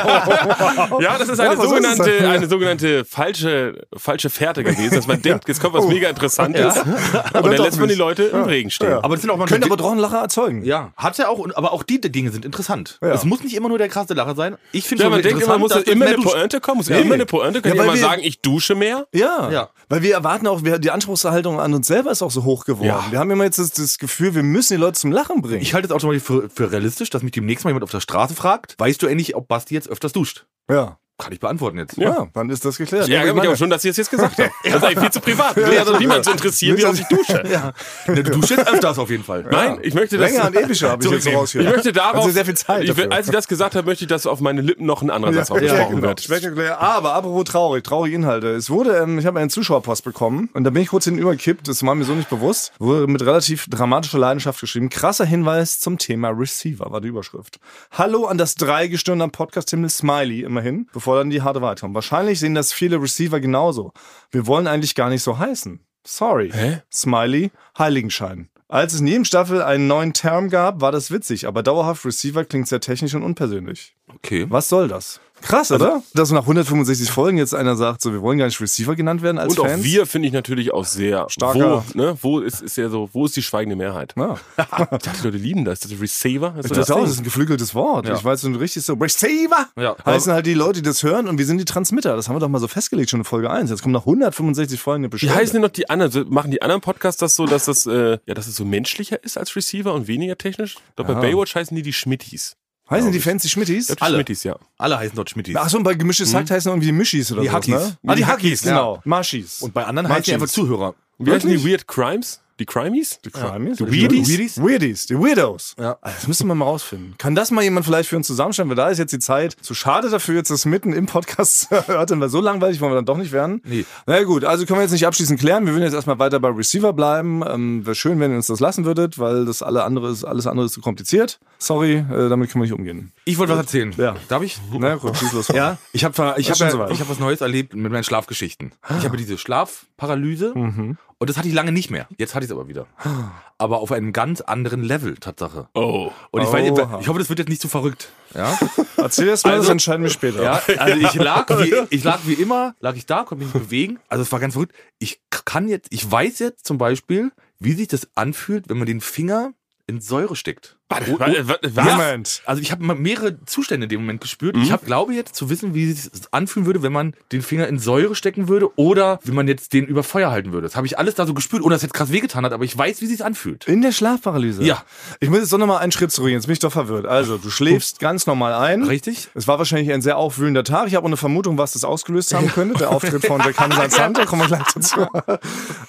Speaker 3: Ja, das ist
Speaker 2: Ja,
Speaker 3: eine
Speaker 2: aber so ist es
Speaker 3: sogenannte,
Speaker 2: halt, ja.
Speaker 3: eine sogenannte falsche, falsche Fährte gewesen, dass man denkt, jetzt kommt
Speaker 2: Oh.
Speaker 3: was mega Interessantes. Und dann
Speaker 2: doch
Speaker 3: lässt man die
Speaker 2: nicht.
Speaker 3: Leute im Regen stehen.
Speaker 1: aber das sind auch mal
Speaker 2: Könnte aber doch einen Lacher erzeugen.
Speaker 1: ja, hat ja auch, aber auch die Dinge sind interessant.
Speaker 2: Ja.
Speaker 1: Es muss nicht immer nur der krasse Lacher sein. Ich finde
Speaker 3: Ja,
Speaker 1: schon
Speaker 3: man denkt immer, man muss
Speaker 1: interessant, dass
Speaker 3: immer
Speaker 1: mehr
Speaker 3: eine
Speaker 1: Duschen-
Speaker 3: Pointe kommen, muss immer eine Pointe, kann
Speaker 2: Ja,
Speaker 3: ja,
Speaker 2: weil
Speaker 3: jemand
Speaker 2: wir-
Speaker 3: sagen, ich dusche mehr?
Speaker 2: Ja,
Speaker 1: Ja.
Speaker 2: weil wir erwarten auch, wir, die Anspruchshaltung an uns selber ist auch so hoch geworden.
Speaker 3: Ja.
Speaker 2: Wir haben immer jetzt das, das Gefühl, wir müssen die Leute zum Lachen bringen.
Speaker 1: Ich halte es auch schon mal für, für realistisch, dass mich demnächst mal jemand auf der Straße fragt, weißt du endlich, ob Basti jetzt öfters duscht?
Speaker 2: ja.
Speaker 1: Kann ich beantworten jetzt.
Speaker 2: ja, dann ist das geklärt.
Speaker 3: Ich ärgere mich aber schon, dass ich es jetzt gesagt habe. Das ist eigentlich viel zu privat. Will ja doch niemand so interessieren, wie oft ich dusche.
Speaker 2: Ja.
Speaker 1: Ne, Du duschst jetzt öfters auf jeden Fall.
Speaker 3: Nein, ich möchte das.
Speaker 2: Länger und epischer habe ich jetzt so
Speaker 3: Zurücknehmen.
Speaker 2: rausgehört.
Speaker 3: Ich möchte darauf.
Speaker 2: Also sehr viel Zeit
Speaker 3: Ich, will-
Speaker 2: dafür.
Speaker 3: als ich das gesagt habe, möchte ich, dass auf meine Lippen noch ein anderer Satz
Speaker 2: ja,
Speaker 3: aufgesprochen
Speaker 2: genau.
Speaker 3: wird.
Speaker 2: Spektakulär. Aber apropos traurig, traurige Inhalte. Es wurde, ähm, ich habe einen Zuschauerpost bekommen und da bin ich kurz hinübergekippt, das war mir so nicht bewusst. Wurde mit relativ dramatischer Leidenschaft geschrieben. Krasser Hinweis zum Thema Receiver war die Überschrift. Hallo an das Dreigestirn am Podcast-Himmel Smiley immerhin, bevor dann die harte Wahrheit kommt. Wahrscheinlich sehen das viele Receiver genauso. Wir wollen eigentlich gar nicht so heißen. Sorry.
Speaker 3: Hä?
Speaker 2: Smiley, Heiligenschein. Als es in jedem Staffel einen neuen Term gab, war das witzig, aber dauerhaft Receiver klingt sehr technisch und unpersönlich.
Speaker 1: Okay.
Speaker 2: Was soll das? Krass, oder? Dass nach 165 Folgen jetzt einer sagt, so wir wollen gar nicht Receiver genannt werden als
Speaker 3: Und auch
Speaker 2: Fans.
Speaker 3: wir finde ich natürlich auch sehr
Speaker 2: Starker-
Speaker 3: Wo, ne, wo ist, ist ja so, wo ist die schweigende Mehrheit?
Speaker 2: Ja.
Speaker 3: Ich dachte, die Leute lieben das. Das ist Receiver. Das ist
Speaker 2: Das,
Speaker 3: das
Speaker 2: ist auch,
Speaker 3: Ding.
Speaker 2: das ist ein geflügeltes Wort.
Speaker 1: Ja.
Speaker 2: Ich weiß nicht richtig so. Receiver
Speaker 1: Ja.
Speaker 2: heißen halt die Leute, die das hören und wir sind die Transmitter. Das haben wir doch mal so festgelegt schon in Folge 1. Jetzt kommen nach 165 Folgen eine
Speaker 3: Wie
Speaker 2: Beschwerde.
Speaker 3: heißen denn noch die anderen? So, Machen die anderen Podcasts das so, dass das, äh, ja, dass es so menschlicher ist als Receiver und weniger technisch? Ich glaube, bei Baywatch heißen die die Schmittis.
Speaker 2: Heißen die Fancy Schmittis?
Speaker 1: Alle.
Speaker 3: Schmittis, ja.
Speaker 1: Alle heißen dort Schmittis.
Speaker 2: Achso, und bei gemischtes Hack heißen irgendwie die Mischis oder
Speaker 1: Die
Speaker 2: so.
Speaker 1: Hackis.
Speaker 2: Ne? Ah, die Hackis,
Speaker 1: ja.
Speaker 2: genau. Maschis.
Speaker 1: Und bei anderen heißen die einfach
Speaker 2: Machis.
Speaker 1: Zuhörer.
Speaker 3: Wie heißen die Weird Crimes? Die Crimies? Die
Speaker 2: Crimies?
Speaker 3: Die Weirdies?
Speaker 2: Weirdies? Weirdies, die Weirdos. Ja. Das müssen wir mal rausfinden. Kann das mal jemand vielleicht für uns zusammenstellen? Weil da ist jetzt die Zeit zu schade dafür, jetzt das mitten im Podcast zu erörtern, weil so langweilig wollen wir dann doch nicht werden.
Speaker 1: Nee.
Speaker 2: Na gut, also können wir jetzt nicht abschließend klären. Wir würden jetzt erstmal weiter bei Receiver bleiben. Ähm, Wäre schön, wenn ihr uns das lassen würdet, weil das alle andere ist, alles andere ist zu kompliziert. Sorry, äh, damit können wir nicht umgehen.
Speaker 1: Ich wollte was erzählen.
Speaker 2: Ja.
Speaker 1: Darf ich?
Speaker 2: Na gut, schieß los.
Speaker 1: Ja, ich habe ich
Speaker 2: Ist
Speaker 1: hab,
Speaker 2: schon
Speaker 1: ja,
Speaker 2: soweit.
Speaker 1: ich hab was Neues erlebt mit meinen Schlafgeschichten. Ich habe diese Schlafparalyse
Speaker 3: Mhm.
Speaker 1: und das hatte ich lange nicht mehr. Jetzt hatte ich es aber wieder.
Speaker 3: Ah.
Speaker 1: Aber auf einem ganz anderen Level, Tatsache.
Speaker 3: Oh.
Speaker 1: Und ich, weiß, nicht,
Speaker 2: Oha.
Speaker 1: ich hoffe, das wird jetzt nicht zu verrückt. Ja?
Speaker 2: Erzähl erst mal, das
Speaker 1: Also-
Speaker 2: entscheiden wir später.
Speaker 1: Ja, also ich lag, wie, ich lag wie immer, lag ich da, konnte mich nicht bewegen. Also es war ganz verrückt. Ich kann jetzt, ich weiß jetzt zum Beispiel, wie sich das anfühlt, wenn man den Finger in Säure steckt.
Speaker 3: Warte, warte, warte,
Speaker 2: Ja.
Speaker 3: warte.
Speaker 2: Moment. Mhm.
Speaker 1: Also ich habe mal mehrere Zustände in dem Moment gespürt. Ich hab, glaube jetzt zu wissen, wie es sich anfühlen würde, wenn man den Finger in Säure stecken würde oder wie man jetzt den über Feuer halten würde. Das habe ich alles da so gespürt, ohne dass es jetzt krass wehgetan hat, aber ich weiß, wie es sich anfühlt.
Speaker 2: In der Schlafparalyse?
Speaker 1: Ja.
Speaker 2: Ich muss jetzt doch nochmal einen Schritt zurück, jetzt bin ich doch verwirrt. Also, du schläfst
Speaker 1: Oh.
Speaker 2: ganz normal ein.
Speaker 1: Richtig?
Speaker 2: Es war wahrscheinlich ein sehr aufwühlender Tag. Ich habe auch eine Vermutung, was das ausgelöst haben könnte. Der Auftritt von Beckham Santa, kommen wir gleich dazu.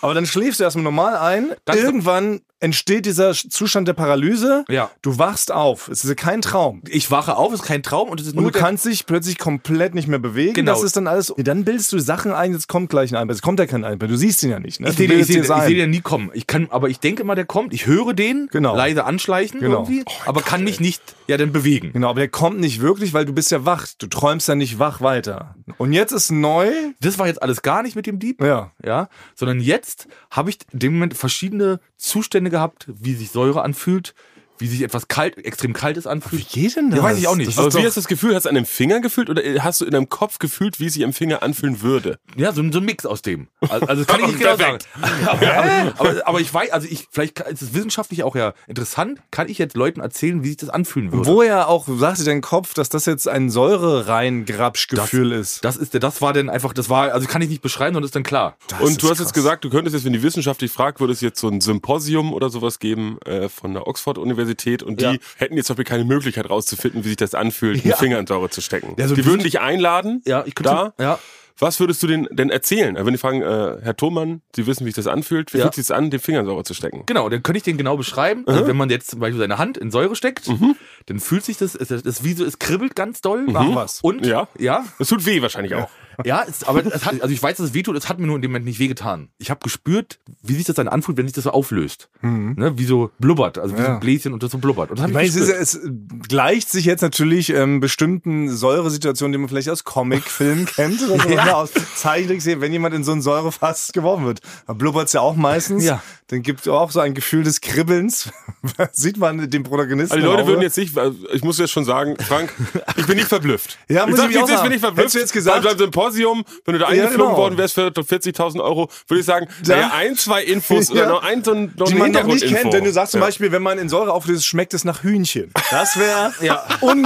Speaker 2: Aber dann schläfst du erstmal normal ein.
Speaker 1: Ganz-
Speaker 2: Irgendwann entsteht dieser Zustand der Paralyse.
Speaker 1: Ja.
Speaker 2: Du wachst auf. Es ist kein Traum.
Speaker 1: Ich wache auf, ist kein Traum und es ist
Speaker 2: Und
Speaker 1: nur
Speaker 2: du
Speaker 1: der-
Speaker 2: kannst dich plötzlich komplett nicht mehr bewegen.
Speaker 1: Genau.
Speaker 2: Das ist dann alles. Dann bildest du Sachen ein, jetzt kommt gleich ein Einbrecher. Es kommt ja kein Einbrecher. Du siehst ihn ja nicht. Ne?
Speaker 1: Ich
Speaker 2: Du
Speaker 1: sehe den, ich
Speaker 2: bildest
Speaker 1: seh,
Speaker 2: dir
Speaker 1: ich
Speaker 2: das ein.
Speaker 1: seh den nie kommen. Ich kann, aber ich denke mal, der kommt. Ich höre den
Speaker 2: Genau.
Speaker 1: leise anschleichen
Speaker 2: Genau.
Speaker 1: irgendwie, aber kann mich nicht ja dann bewegen.
Speaker 2: Genau, aber der kommt nicht wirklich, weil du bist ja wach. Du träumst ja nicht wach weiter. Und jetzt ist neu.
Speaker 1: Das war jetzt alles gar nicht mit dem Dieb,
Speaker 2: Ja.
Speaker 1: ja, sondern jetzt habe ich in dem Moment verschiedene Zustände gehabt, wie sich Säure anfühlt, wie sich etwas kalt, extrem kaltes anfühlt.
Speaker 2: geht denn
Speaker 1: Ja, weiß ich auch nicht. Das
Speaker 3: Aber
Speaker 1: ist
Speaker 3: Also, wie hast du das Gefühl? Hast du an dem Finger gefühlt oder äh, hast du in deinem Kopf gefühlt, wie es sich am Finger anfühlen würde?
Speaker 1: Ja, so, ein- so ein Mix aus dem. Also, also das kann ich nicht genau sagen.
Speaker 3: Perfekt.
Speaker 1: Aber, aber, aber, aber ich weiß, also ich, vielleicht kann- ist es wissenschaftlich auch ja interessant, kann ich jetzt Leuten erzählen, wie sich das anfühlen würde.
Speaker 2: Woher Also, auch sagte dein Kopf, dass das jetzt ein Säure-Rein-Grapsch-Gefühl ist?
Speaker 1: Das ist, der- das war denn einfach, das war, also kann ich nicht beschreiben, sondern ist dann klar.
Speaker 3: und du
Speaker 2: ist
Speaker 3: hast
Speaker 2: krass.
Speaker 3: jetzt gesagt, du könntest jetzt, wenn die Wissenschaft dich fragt, würde es jetzt so ein Symposium oder sowas geben äh, von der Oxford-Universität und die
Speaker 1: Ja.
Speaker 3: hätten jetzt zum Beispiel keine Möglichkeit rauszufinden, wie sich das anfühlt,
Speaker 1: Ja.
Speaker 3: einen Finger in Säure zu stecken.
Speaker 1: Ja, so
Speaker 3: die
Speaker 1: wie-
Speaker 3: würden dich einladen.
Speaker 1: Ja, ich könnte-
Speaker 3: Da.
Speaker 1: ja.
Speaker 3: Was würdest du denn, denn erzählen? Wenn die fragen, äh, Herr Thomann, Sie wissen, wie sich das anfühlt, wie
Speaker 1: Ja.
Speaker 3: fühlt sich das an, den Finger in Säure zu stecken?
Speaker 1: Genau, dann könnte ich den genau beschreiben. Also wenn man jetzt zum Beispiel seine Hand in Säure steckt, dann fühlt sich das, es es ist wie so, es kribbelt ganz doll.
Speaker 2: Mach was.
Speaker 1: Und
Speaker 3: Ja.
Speaker 1: Mhm. ja,
Speaker 3: Das tut weh wahrscheinlich auch.
Speaker 1: ja es, aber es hat, also ich weiß, dass es wehtut, es hat mir nur in dem Moment nicht wehgetan. Ich habe gespürt, wie sich das dann anfühlt, wenn sich das so auflöst. Ne, wie so blubbert, also wie so
Speaker 2: Ja.
Speaker 1: ein Bläschen und das so blubbert. Und das hab
Speaker 2: Ich meine,
Speaker 1: ich
Speaker 2: es, ist,
Speaker 1: gespürt.
Speaker 2: es gleicht sich jetzt natürlich ähm, bestimmten Säuresituationen, die man vielleicht aus Comic-Filmen kennt oder so, oder aus Zeichentricks, wenn jemand in so ein Säurefass geworfen wird. Da blubbert es ja auch meistens.
Speaker 1: Ja.
Speaker 2: Dann gibt es auch so ein Gefühl des Kribbelns. Sieht man den Protagonisten.
Speaker 3: Also die
Speaker 2: im
Speaker 3: Leute
Speaker 2: Auge.
Speaker 3: würden jetzt nicht, also ich muss jetzt schon sagen, Frank, ich bin nicht verblüfft.
Speaker 2: Ja, muss
Speaker 3: ich sag
Speaker 2: ich auch
Speaker 3: dir jetzt, ich
Speaker 2: sagen.
Speaker 3: bin ich verblüfft.
Speaker 2: Hättest du jetzt gesagt-
Speaker 3: Beim- beim Symposium, wenn du da
Speaker 2: Ja,
Speaker 3: eingeflogen
Speaker 2: genau.
Speaker 3: worden wärst für 40.000 Euro, würde ich sagen,
Speaker 2: Da-
Speaker 3: naja, ein, zwei Infos oder
Speaker 2: Ja.
Speaker 3: noch ein, so ein, noch
Speaker 2: die
Speaker 3: eine
Speaker 2: man doch nicht
Speaker 3: Hintergrundinfo.
Speaker 2: kennt. Denn du sagst zum
Speaker 3: Ja.
Speaker 2: Beispiel, wenn man in Säure auflöst, schmeckt es nach Hühnchen. Das wäre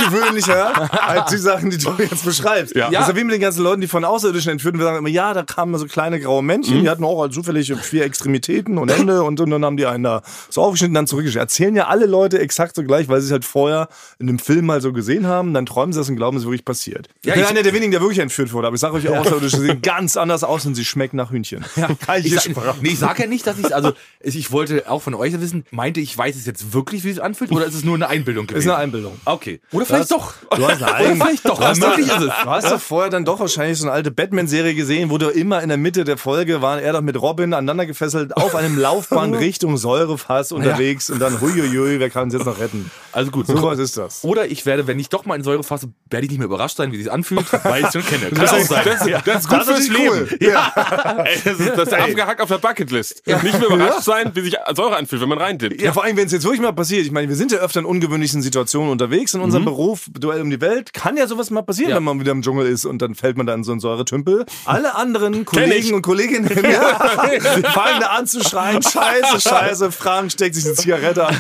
Speaker 2: ungewöhnlicher als die Sachen, die du jetzt beschreibst.
Speaker 3: Ja.
Speaker 2: Das ist ja wie mit den ganzen Leuten, die von Außerirdischen entführt werden. Wir sagen immer, ja, da kamen so kleine graue Männchen, die hatten auch halt zufällig vier Extremitäten und Hände und, und dann haben die einen da so aufgeschnitten dann zurückgeschickt. Erzählen ja alle Leute exakt so gleich, weil sie es halt vorher in einem Film mal so gesehen haben. Dann träumen sie das und glauben, es ist wirklich passiert.
Speaker 1: Ja,
Speaker 2: ich bin
Speaker 1: ich-
Speaker 2: einer der wenigen, der wirklich entführt wurde. Aber ich sage euch, Außerirdische sehen ganz anders aus und sie schmecken nach Hühnchen. Ja.
Speaker 1: ich sag, nee, ich sag ja nicht, dass ich also ich ich wollte auch von euch wissen, meinte ich weiß es jetzt wirklich, wie es anfühlt oder ist es nur eine Einbildung gewesen?
Speaker 2: Ist eine Einbildung.
Speaker 1: okay. Oder vielleicht
Speaker 2: Das-
Speaker 1: doch.
Speaker 2: Du hast eine
Speaker 1: Oder vielleicht doch.
Speaker 2: Du hast,
Speaker 1: Möglich
Speaker 2: doch,
Speaker 1: ist es.
Speaker 2: du hast doch vorher dann doch wahrscheinlich so eine alte Batman-Serie gesehen, wo du immer in der Mitte der Folge waren er doch mit Robin aneinander gefesselt auf einem Laufband Richtung Säurefass unterwegs und dann huiuiui, wer kann uns jetzt noch retten?
Speaker 1: Also gut,
Speaker 2: So was ist das.
Speaker 1: Oder ich werde, wenn ich doch mal in Säure fasse, werde ich nicht mehr überrascht sein, wie sich anfühlt, weil ich es schon kenne. Kann
Speaker 3: Das,
Speaker 1: auch
Speaker 3: ist,
Speaker 1: sein.
Speaker 3: das, das ist gut
Speaker 2: Das
Speaker 3: fürs
Speaker 2: ist cool.
Speaker 3: Leben. Ja. Ey, das ist, das ist abgehackt auf der Bucketlist. Nicht mehr überrascht sein, wie sich Säure anfühlt, wenn man reintippt.
Speaker 2: Ja, vor allem, wenn es jetzt wirklich mal passiert. Ich meine, wir sind ja öfter in ungewöhnlichen Situationen unterwegs. In unserem Beruf, Duell um die Welt, kann ja sowas mal passieren,
Speaker 1: Ja.
Speaker 2: wenn man wieder im Dschungel ist und dann fällt man da in so einen Säuretümpel. Alle anderen
Speaker 3: ich.
Speaker 2: Kollegen und Kolleginnen ja, fangen da an zu schreien, scheiße, scheiße, Frank steckt sich eine Zigarette an.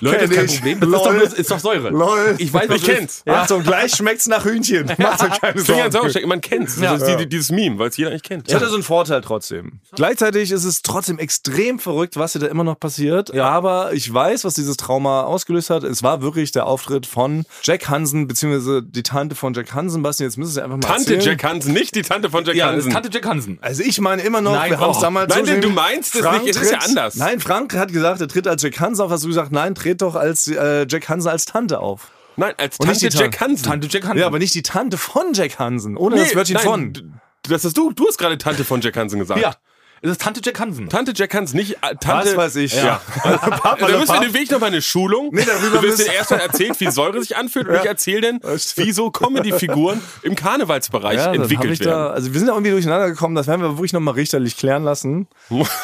Speaker 1: Leute,
Speaker 2: Kenn
Speaker 1: ist kein Problem.
Speaker 2: ich.
Speaker 1: Das ist doch,
Speaker 2: Lol.
Speaker 1: bloß, ist doch Säure.
Speaker 2: Lol.
Speaker 1: Ich weiß, was
Speaker 3: Ich
Speaker 1: es ist.
Speaker 3: kenn's.
Speaker 1: Ja.
Speaker 2: Achtung, gleich schmeckt's nach Hühnchen. Macht euch keine
Speaker 3: Finger
Speaker 2: Sorgen.
Speaker 3: in Sauerstein, man kennt's.
Speaker 1: Ja.
Speaker 3: Das ist die, die, dieses Meme, weil es jeder eigentlich kennt.
Speaker 2: Es hat ja so einen Vorteil trotzdem. Gleichzeitig ist es trotzdem extrem verrückt, was hier da immer noch passiert. Aber ich weiß, was dieses Trauma ausgelöst hat. Es war wirklich der Auftritt von Jack Hansen, beziehungsweise die Tante von Jack Hansen. Basti, jetzt müssen Sie einfach mal
Speaker 3: Tante
Speaker 2: erzählen.
Speaker 3: Jack Hansen, nicht die Tante von Jack
Speaker 1: Ja, das
Speaker 3: Hansen.
Speaker 1: ist Tante Jack Hansen.
Speaker 2: Also ich meine immer noch,
Speaker 1: Nein,
Speaker 2: wir haben es
Speaker 1: oh.
Speaker 2: damals
Speaker 3: Nein,
Speaker 2: so
Speaker 3: denn du
Speaker 2: gesehen.
Speaker 3: meinst es nicht, es ist ja
Speaker 2: tritt-
Speaker 3: anders.
Speaker 2: Nein, Frank hat gesagt, er tritt als Jack Hansen auf. Hast du gesagt, nein, tritt doch als äh, Jack Hansen als Tante auf.
Speaker 3: Nein, als
Speaker 2: Und nicht
Speaker 3: Tante
Speaker 2: die Tante.
Speaker 3: Jack Hansen.
Speaker 1: Tante Jack Hansen.
Speaker 2: Ja, aber nicht die Tante von Jack Hansen, ohne das Wörtchen
Speaker 3: nein,
Speaker 2: von.
Speaker 3: d- Das hast du. Du hast gerade Tante von Jack Hansen gesagt.
Speaker 1: Ja. Es ist Tante Jack Hansen.
Speaker 3: Tante Jack Hansen, nicht äh, Tante.
Speaker 2: Was weiß ich.
Speaker 3: Ja.
Speaker 2: Papa,
Speaker 3: da müssen wir den Weg nochmal eine Schulung. Nee,
Speaker 2: darüber
Speaker 3: du wirst
Speaker 2: müssen-
Speaker 3: den erstmal erzählt, wie Säure sich anfühlt. Und ich erzähle denn,
Speaker 2: stimmt.
Speaker 3: wieso Comedy-Figuren im Karnevalsbereich
Speaker 2: Ja, dann hab
Speaker 3: entwickelt
Speaker 2: ich da,
Speaker 3: werden.
Speaker 2: also wir sind da irgendwie durcheinander gekommen, das werden wir wirklich nochmal richterlich klären lassen.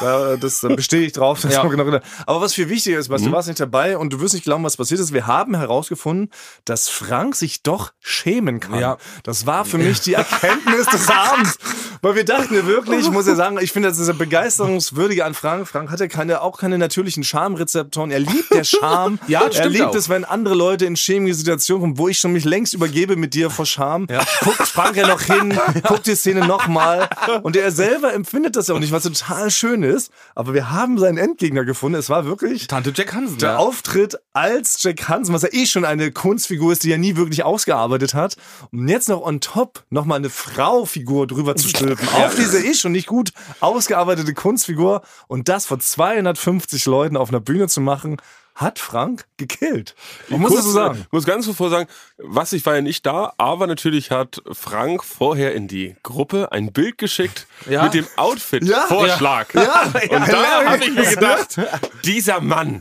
Speaker 2: da, das da bestehe ich drauf. Dass
Speaker 1: Ja. Mhm.
Speaker 2: wir genau, genau. Aber was viel wichtiger ist, Basti, du warst nicht dabei und du wirst nicht glauben, was passiert ist. Wir haben herausgefunden, dass Frank sich doch schämen kann.
Speaker 1: Ja.
Speaker 2: Das war für mich die Erkenntnis des Abends. Weil wir dachten ja wirklich, ich muss ja sagen, ich finde, das ist ja begeisterungswürdige an Frank. Frank hat ja keine, auch keine natürlichen Schamrezeptoren. Er liebt der Scham.
Speaker 1: Ja,
Speaker 2: er
Speaker 1: stimmt
Speaker 2: liebt
Speaker 1: auch.
Speaker 2: es, wenn andere Leute in schämige Situationen kommen, wo ich schon mich längst übergebe mit dir vor Scham, guckt Frank ja noch hin, guckt die Szene nochmal. Und er selber empfindet das ja auch nicht, was total schön ist. Aber wir haben seinen Endgegner gefunden. Es war wirklich
Speaker 1: Tante Jack Hansen.
Speaker 2: der
Speaker 1: ja.
Speaker 2: Auftritt als Jack Hansen, was ja eh schon eine Kunstfigur ist, die er nie wirklich ausgearbeitet hat. Und jetzt noch on top nochmal eine Frau-Figur drüber zu stülpen. Auf diese eh schon nicht gut ausgearbeitete Kunstfigur. Und das vor 250 Leuten auf einer Bühne zu machen, hat Frank gekillt. Man muss das so sagen.
Speaker 3: Ich muss ganz zuvor sagen, was ich war ja nicht da, aber natürlich hat Frank vorher in die Gruppe ein Bild geschickt
Speaker 1: Ja.
Speaker 3: mit dem
Speaker 2: Ja.
Speaker 3: Outfit-Vorschlag.
Speaker 2: Ja. Ja.
Speaker 3: Und da habe ich mir gedacht, dieser Mann,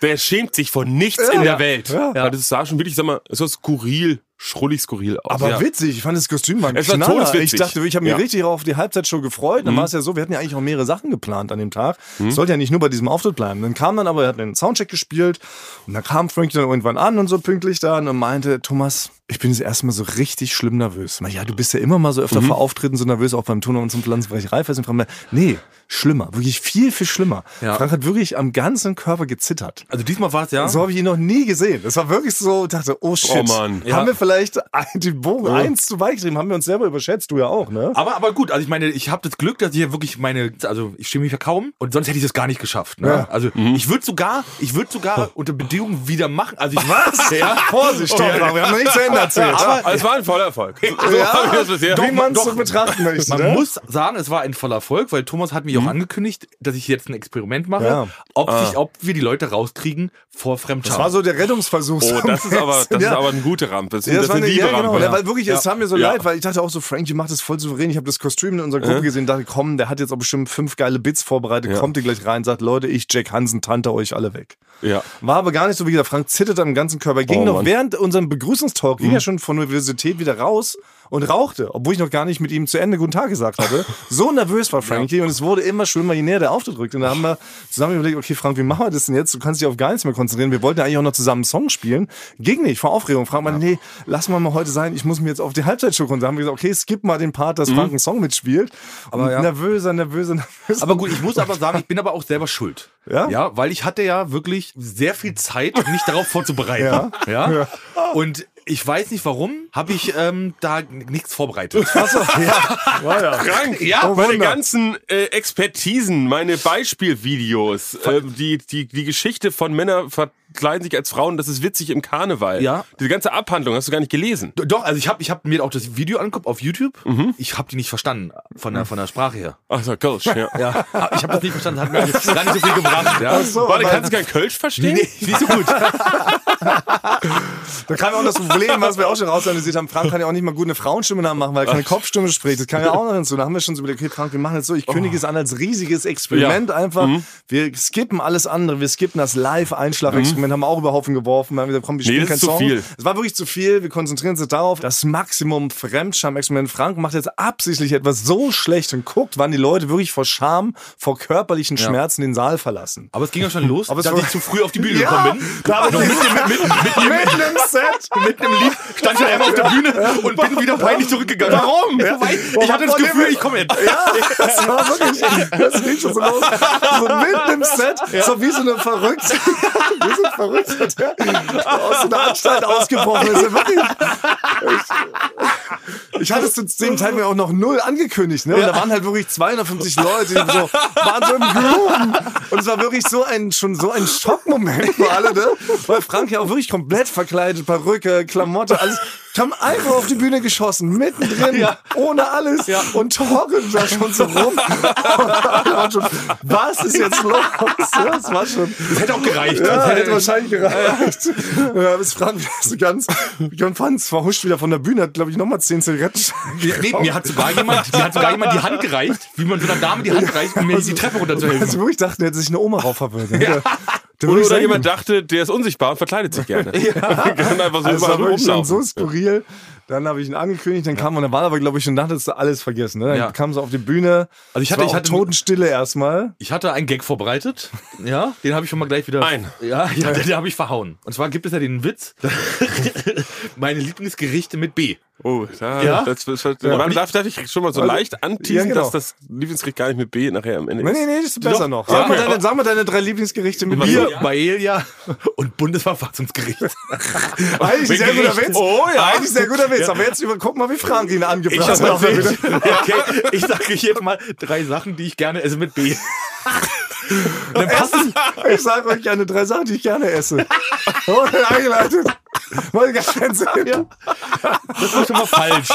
Speaker 3: der schämt sich vor nichts in der Welt. Ja. Das sah schon wirklich, sag mal, es war skurril, schrullig skurril aus.
Speaker 2: Aber
Speaker 3: ja.
Speaker 2: witzig, ich fand das Kostüm war ein
Speaker 3: Es war
Speaker 2: Knaller. Ich
Speaker 3: todeswitzig.
Speaker 2: dachte, ich habe mich
Speaker 3: Ja. Mhm.
Speaker 2: richtig auf die Halbzeitshow gefreut. Dann war es ja so, wir hatten ja eigentlich auch mehrere Sachen geplant an dem Tag. Sollte ja nicht nur bei diesem Auftritt bleiben. Dann kam dann aber, er hat einen Soundcheck gespielt und dann kam Frankie dann irgendwann an und so pünktlich dann und meinte, Thomas, ich bin das erste Mal so richtig schlimm nervös. Na ja, du bist ja immer mal so öfter
Speaker 3: Mhm.
Speaker 2: vor Auftritten so nervös, auch beim Turner und zum Pflanzenbereich Reifeisen. Frank meinte, Nee, schlimmer, wirklich viel, viel schlimmer.
Speaker 1: Ja.
Speaker 2: Frank hat wirklich am ganzen Körper gezittert.
Speaker 1: Also diesmal war es ja.
Speaker 2: So habe ich ihn noch nie gesehen. Das war wirklich so, ich dachte, oh shit.
Speaker 3: Oh Mann.
Speaker 1: Ja.
Speaker 2: Haben wir vielleicht ein- den Bogen eins zu weit getrieben? Haben wir uns selber überschätzt? Du ja auch, ne?
Speaker 1: Aber, aber gut, also ich meine, ich habe das Glück, dass ich hier wirklich meine, also ich schäme mich ja kaum und sonst hätte ich das gar nicht geschafft. Ne?
Speaker 2: Ja.
Speaker 1: Also ich würde sogar, ich würde sogar unter Bedingungen wieder machen. Also ich was? Ja.
Speaker 2: Vorsicht, stopp, wir haben noch nicht zu Ende erzählt.
Speaker 3: Aber es war ein voller Erfolg. So
Speaker 2: Ja,
Speaker 3: hab ich das bisher.
Speaker 2: wie man es so betrachten möchte.
Speaker 1: Man
Speaker 2: ne? Mhm.
Speaker 1: muss sagen, es war ein voller Erfolg, weil Thomas hat mich auch angekündigt, dass ich jetzt ein Experiment mache,
Speaker 2: Ja.
Speaker 1: ob, sich, ob wir die Leute rauskriegen vor Fremdscham.
Speaker 2: das war so der Rettungsversuch. so
Speaker 3: Oh,
Speaker 2: ein
Speaker 3: das ist aber,
Speaker 2: bisschen,
Speaker 3: das ist
Speaker 2: ja.
Speaker 3: aber eine gute Rampe. Das,
Speaker 2: Ja,
Speaker 3: das ist eine liebe
Speaker 2: ja, genau.
Speaker 3: Rampe.
Speaker 2: Ja, weil wirklich, es tat mir so
Speaker 3: Ja.
Speaker 2: leid, weil ich dachte auch so, Frankie macht das voll souverän. Ich habe das Kostüm in unserer Gruppe gesehen, dachte, komm, der hat jetzt auch bestimmt fünf geile Bits vorbereitet, kommt ihr gleich rein, sagt, Leute, ich, Jack Hansen, tante euch alle weg.
Speaker 3: Ja.
Speaker 2: War aber gar nicht so, wie gesagt, Frank zittert am ganzen Körper. Ging
Speaker 3: Oh,
Speaker 2: noch
Speaker 3: Mann.
Speaker 2: während unserem Begrüßungstalk, ging er schon von der Universität wieder raus und rauchte, obwohl ich noch gar nicht mit ihm zu Ende guten Tag gesagt hatte. so nervös war Frankie und es wurde immer schlimmer, je näher der Auftritt rückte. Und da haben wir zusammen überlegt, okay, Frank, wie machen wir das denn jetzt? Du kannst dich auf gar nichts mehr konzentrieren. Wir wollten ja eigentlich auch noch zusammen einen Song spielen. Ging nicht, vor Aufregung. Frank meinte, nee, lass mal mal heute sein, ich muss mir jetzt auf die Halbzeitshow konzentrieren. Da haben wir gesagt, okay, skip mal den Part, dass Frank einen Song mitspielt. Aber
Speaker 1: ja.
Speaker 2: nervöser, nervöser, nervöser.
Speaker 1: Aber gut, ich muss aber sagen, ich bin aber auch selber schuld.
Speaker 2: Ja?
Speaker 1: Ja, weil ich hatte ja wirklich sehr viel Zeit, mich darauf vorzubereiten. Ja. ja? Und ich weiß nicht warum, habe ich ähm, da n- nichts vorbereitet.
Speaker 2: Achso, ja, war ja.
Speaker 3: Frank,
Speaker 1: Ja,
Speaker 3: ja, meine
Speaker 2: Oh, Wunder.
Speaker 3: ganzen äh, Expertisen, meine Beispielvideos, äh, die, die, die Geschichte von Männern verkleiden sich als Frauen, das ist witzig im Karneval.
Speaker 1: Ja.
Speaker 3: Diese ganze Abhandlung hast du gar nicht gelesen.
Speaker 1: D- Doch, also ich habe ich hab mir auch das Video angeguckt auf YouTube. Ich habe die nicht verstanden, von der, von der Sprache her.
Speaker 3: Achso, Kölsch, ja.
Speaker 1: Ja. Ich habe das nicht verstanden, hat mir gar nicht so viel gebracht. Ja.
Speaker 2: So,
Speaker 3: Warte,
Speaker 2: aber-
Speaker 3: kannst du kein Kölsch verstehen?
Speaker 1: Nee, nicht so gut.
Speaker 2: Da kam ja auch das Problem, was wir auch schon rausanalysiert haben. Frank kann ja auch nicht mal gut eine Frauenstimme nachmachen, weil er keine Kopfstimme spricht. Das kann ja auch noch hinzu. Da haben wir schon so überlegt, okay, Frank, wir machen jetzt so, ich
Speaker 3: Oh.
Speaker 2: kündige es an als riesiges Experiment einfach.
Speaker 3: Mhm.
Speaker 2: Wir skippen alles andere. Wir skippen das Live-Einschlafexperiment, haben wir auch über Haufen geworfen. Wir haben gesagt, komm, wir
Speaker 3: Mhm. Nee,
Speaker 2: spielen
Speaker 3: das
Speaker 2: keinen
Speaker 3: ist zu
Speaker 2: Song.
Speaker 3: viel.
Speaker 2: Es war wirklich zu viel. Wir konzentrieren uns darauf, das Maximum Fremdscham-Experiment. Frank macht jetzt absichtlich etwas so schlecht und guckt, wann die Leute wirklich vor Scham, vor körperlichen Schmerzen den Saal verlassen.
Speaker 1: Aber es ging ja schon los,
Speaker 2: Aber es
Speaker 1: dass
Speaker 2: war-
Speaker 1: ich zu früh auf die Bühne
Speaker 2: Ja,
Speaker 1: gekommen bin. Also
Speaker 2: da hab ich-
Speaker 1: Noch mit, dem- mit, mit, mit,
Speaker 2: Mitten im Set,
Speaker 1: mit, einem Lied, stand ich einfach auf der Bühne und bin wieder peinlich zurückgegangen. Warum? Ich hatte das Gefühl, ich komme jetzt.
Speaker 2: Ja, das war wirklich, das ging schon so los. So mitten im Set, so wie so eine verrückte, wie so ein verrückter, der aus einer Anstalt ausgebrochen ist. Wirklich. Ich, ich hatte es zu dem Zeitpunkt auch noch null angekündigt, ne? Und da waren halt wirklich 250 Leute, die so, waren so im Gloom. Und es war wirklich so ein, schon so ein Schockmoment für alle, ne? Weil Frank ja auch wirklich komplett verkleidet, Perücke, Klamotte, alles, kam einfach auf die Bühne geschossen, mittendrin, ohne alles. Und Tore da schon so rum. Und alle waren schon, was ist jetzt los? Ja, Das war schon.
Speaker 1: Das hätte auch gereicht.
Speaker 2: Ja, hätte wahrscheinlich gereicht. Ja, bis Frank wieder so ganz, John Franz verhuscht wieder von der Bühne, hat, glaube ich, nochmal 10 Zigaretten.
Speaker 1: Nee, mir hat sogar jemand, mir hat sogar jemand die Hand gereicht, wie man so einer Dame die Hand reicht, um mir die Treppe runterzuhelfen.
Speaker 2: Also, wo ich dachte, er hätte sich eine Oma raufverwirrt. Ja.
Speaker 3: Oder, oder jemand dachte, der ist unsichtbar und verkleidet sich gerne. Ja. Kann einfach so
Speaker 2: Also
Speaker 3: überall
Speaker 2: war wirklich schon
Speaker 3: rumlaufen.
Speaker 2: so skurril. Dann habe ich ihn angekündigt, dann kam und dann war aber, glaube ich, schon da hattest du alles vergessen. Ne? Dann
Speaker 1: Ja.
Speaker 2: kam so auf die Bühne.
Speaker 1: Also ich
Speaker 2: Es
Speaker 1: hatte-
Speaker 2: war
Speaker 1: ich
Speaker 2: auch
Speaker 1: hatte-
Speaker 2: Totenstille erstmal.
Speaker 1: Ich hatte einen Gag vorbereitet, ja, den habe ich schon mal gleich wieder.
Speaker 3: Ein.
Speaker 1: Ja, ja den, den habe ich verhauen. Und zwar gibt es ja den Witz, meine Lieblingsgerichte mit B.
Speaker 3: Oh, da,
Speaker 1: Ja?
Speaker 3: das, das, das, Man darf, darf ich schon mal so leicht anteasen,
Speaker 2: Also, ja, genau.
Speaker 3: dass das Lieblingsgericht gar nicht mit B nachher am Ende
Speaker 2: Nee,
Speaker 3: ist.
Speaker 2: nee, nee, das ist besser noch.
Speaker 3: Ja,
Speaker 2: Sag, mal
Speaker 3: okay.
Speaker 2: deine, sag mal deine drei Lieblingsgerichte mit
Speaker 1: Bier,
Speaker 2: mir.
Speaker 1: ja. Paella und Bundesverfassungsgericht.
Speaker 2: Eigentlich sehr guter Witz.
Speaker 3: Oh, ja.
Speaker 2: Eigentlich sehr guter Witz. Aber jetzt über, guck mal, wie Frank ihn angebracht hat.
Speaker 1: okay, ich sage jetzt mal drei Sachen, die ich gerne esse mit B. Dann passt es.
Speaker 2: Ich sage euch gerne drei Sachen, die ich gerne esse. Ohne eingeleitet. Wollte gar keinen Sinn.
Speaker 1: Das war schon mal falsch.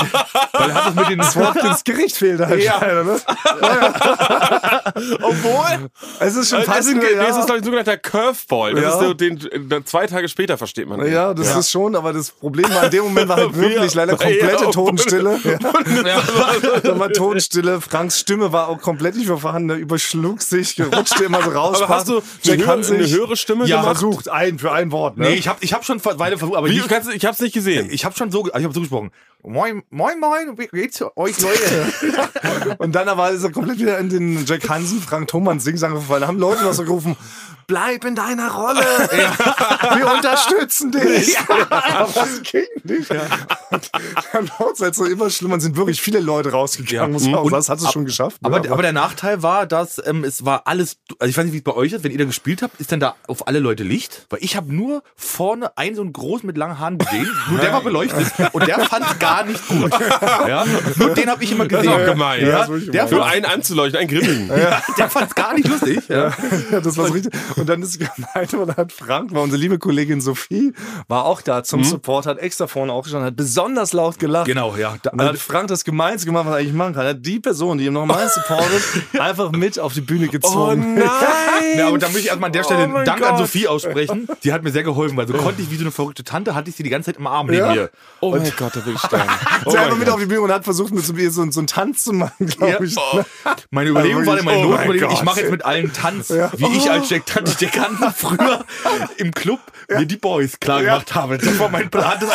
Speaker 1: Weil hat es mit den
Speaker 2: Das Wort ins Gericht fehlt halt
Speaker 1: Ja.
Speaker 2: leider, ne?
Speaker 3: Obwohl,
Speaker 2: Es ist schon
Speaker 3: Äh, das
Speaker 2: fast.
Speaker 3: ist, ein- nee, das ist glaube ich, ein sogenannter Curveball. Das
Speaker 2: Ja.
Speaker 3: ist so den, dann zwei Tage später versteht man den.
Speaker 2: Ja, das ist schon, aber das Problem war in dem Moment war halt wirklich leider komplette
Speaker 3: Ja,
Speaker 2: Totenstille. Ja,
Speaker 1: Ja.
Speaker 2: da war Totenstille. Franks Stimme war auch komplett nicht mehr vorhanden. Er überschlug sich, gerutschte immer so raus.
Speaker 3: Aber hast du eine,
Speaker 2: Jack
Speaker 3: höhere,
Speaker 2: Hansen-
Speaker 3: eine höhere Stimme
Speaker 2: ja,
Speaker 3: gemacht?
Speaker 2: versucht, ein für ein Wort. Ne?
Speaker 1: Nee, ich habe ich hab schon vor- Weile versucht, aber
Speaker 3: Wie,
Speaker 1: nicht,
Speaker 3: kannst, du- ich hab's nicht gesehen.
Speaker 1: ich habe schon so, ge- also ich hab so gesprochen. Moin, moin, moin, wie geht's euch, Leute?
Speaker 2: Und dann aber ist er komplett wieder in den Jack Hansen, Frank Thomann Singsang gefallen. Da haben Leute noch so gerufen, bleib in deiner Rolle. Wir unterstützen dich. Aber das ging nicht. Und dann wird es so immer schlimmer. Und sind wirklich viele Leute rausgegangen.
Speaker 1: Ja.
Speaker 2: Muss man auch
Speaker 1: Und-
Speaker 2: sagen. Das hat es schon geschafft.
Speaker 1: Aber,
Speaker 2: ne?
Speaker 1: aber der Nachteil war, dass ähm, es war alles, also ich weiß nicht, wie es bei euch ist, wenn ihr da gespielt habt, ist dann da auf alle Leute Licht? Weil ich habe nur vorne einen so einen großen mit langen Haaren gesehen, nur der war beleuchtet und der fand gar nicht gut. Ja? Nur den habe ich immer
Speaker 3: Das
Speaker 1: gesehen.
Speaker 3: ist auch gemein.
Speaker 2: Ja,
Speaker 1: Ja,
Speaker 2: das ist wirklich
Speaker 1: der,
Speaker 3: Für
Speaker 1: fand,
Speaker 3: einen anzuleuchten, einen Grimmigen.
Speaker 1: der fand's gar nicht lustig. Ja.
Speaker 2: ja, das war so richtig. Und dann ist gemeint, und dann hat Frank, war unsere liebe Kollegin Sophie, war auch da
Speaker 1: Mhm.
Speaker 2: zum Support, hat extra vorne auch gestanden, hat besonders laut gelacht.
Speaker 1: Genau, ja. Da-
Speaker 2: Und dann
Speaker 3: Also
Speaker 2: hat Frank das gemeinste gemacht, was er eigentlich machen kann. Er hat die Person, die ihm noch am meisten supportet, einfach mit auf die Bühne gezogen.
Speaker 1: Ja, aber da möchte ich erstmal an der Stelle
Speaker 3: Oh mein
Speaker 1: Dank an
Speaker 3: Gott.
Speaker 1: Sophie aussprechen. Die hat mir sehr geholfen, weil so konnte ich wie so eine verrückte Tante, hatte ich sie die ganze Zeit im Arm neben
Speaker 2: Ja.
Speaker 1: mir.
Speaker 3: Oh mein Gott, da will ich sterben. Oh
Speaker 2: ist er
Speaker 3: mein
Speaker 2: einfach mit
Speaker 3: Gott.
Speaker 2: auf die Bühne und hat versucht, mit so, ihr so, so einen Tanz zu machen, glaube ich.
Speaker 3: Oh
Speaker 1: Meine Überlegung war,
Speaker 2: wirklich,
Speaker 1: meine
Speaker 2: oh mein
Speaker 1: Notüberlegung, ich
Speaker 2: Gott.
Speaker 1: mache jetzt mit allen Tanz, wie ich als Jack Tante Jack Hansen früher im Club mir die Boys klar gemacht habe. Das war mein Plan. Das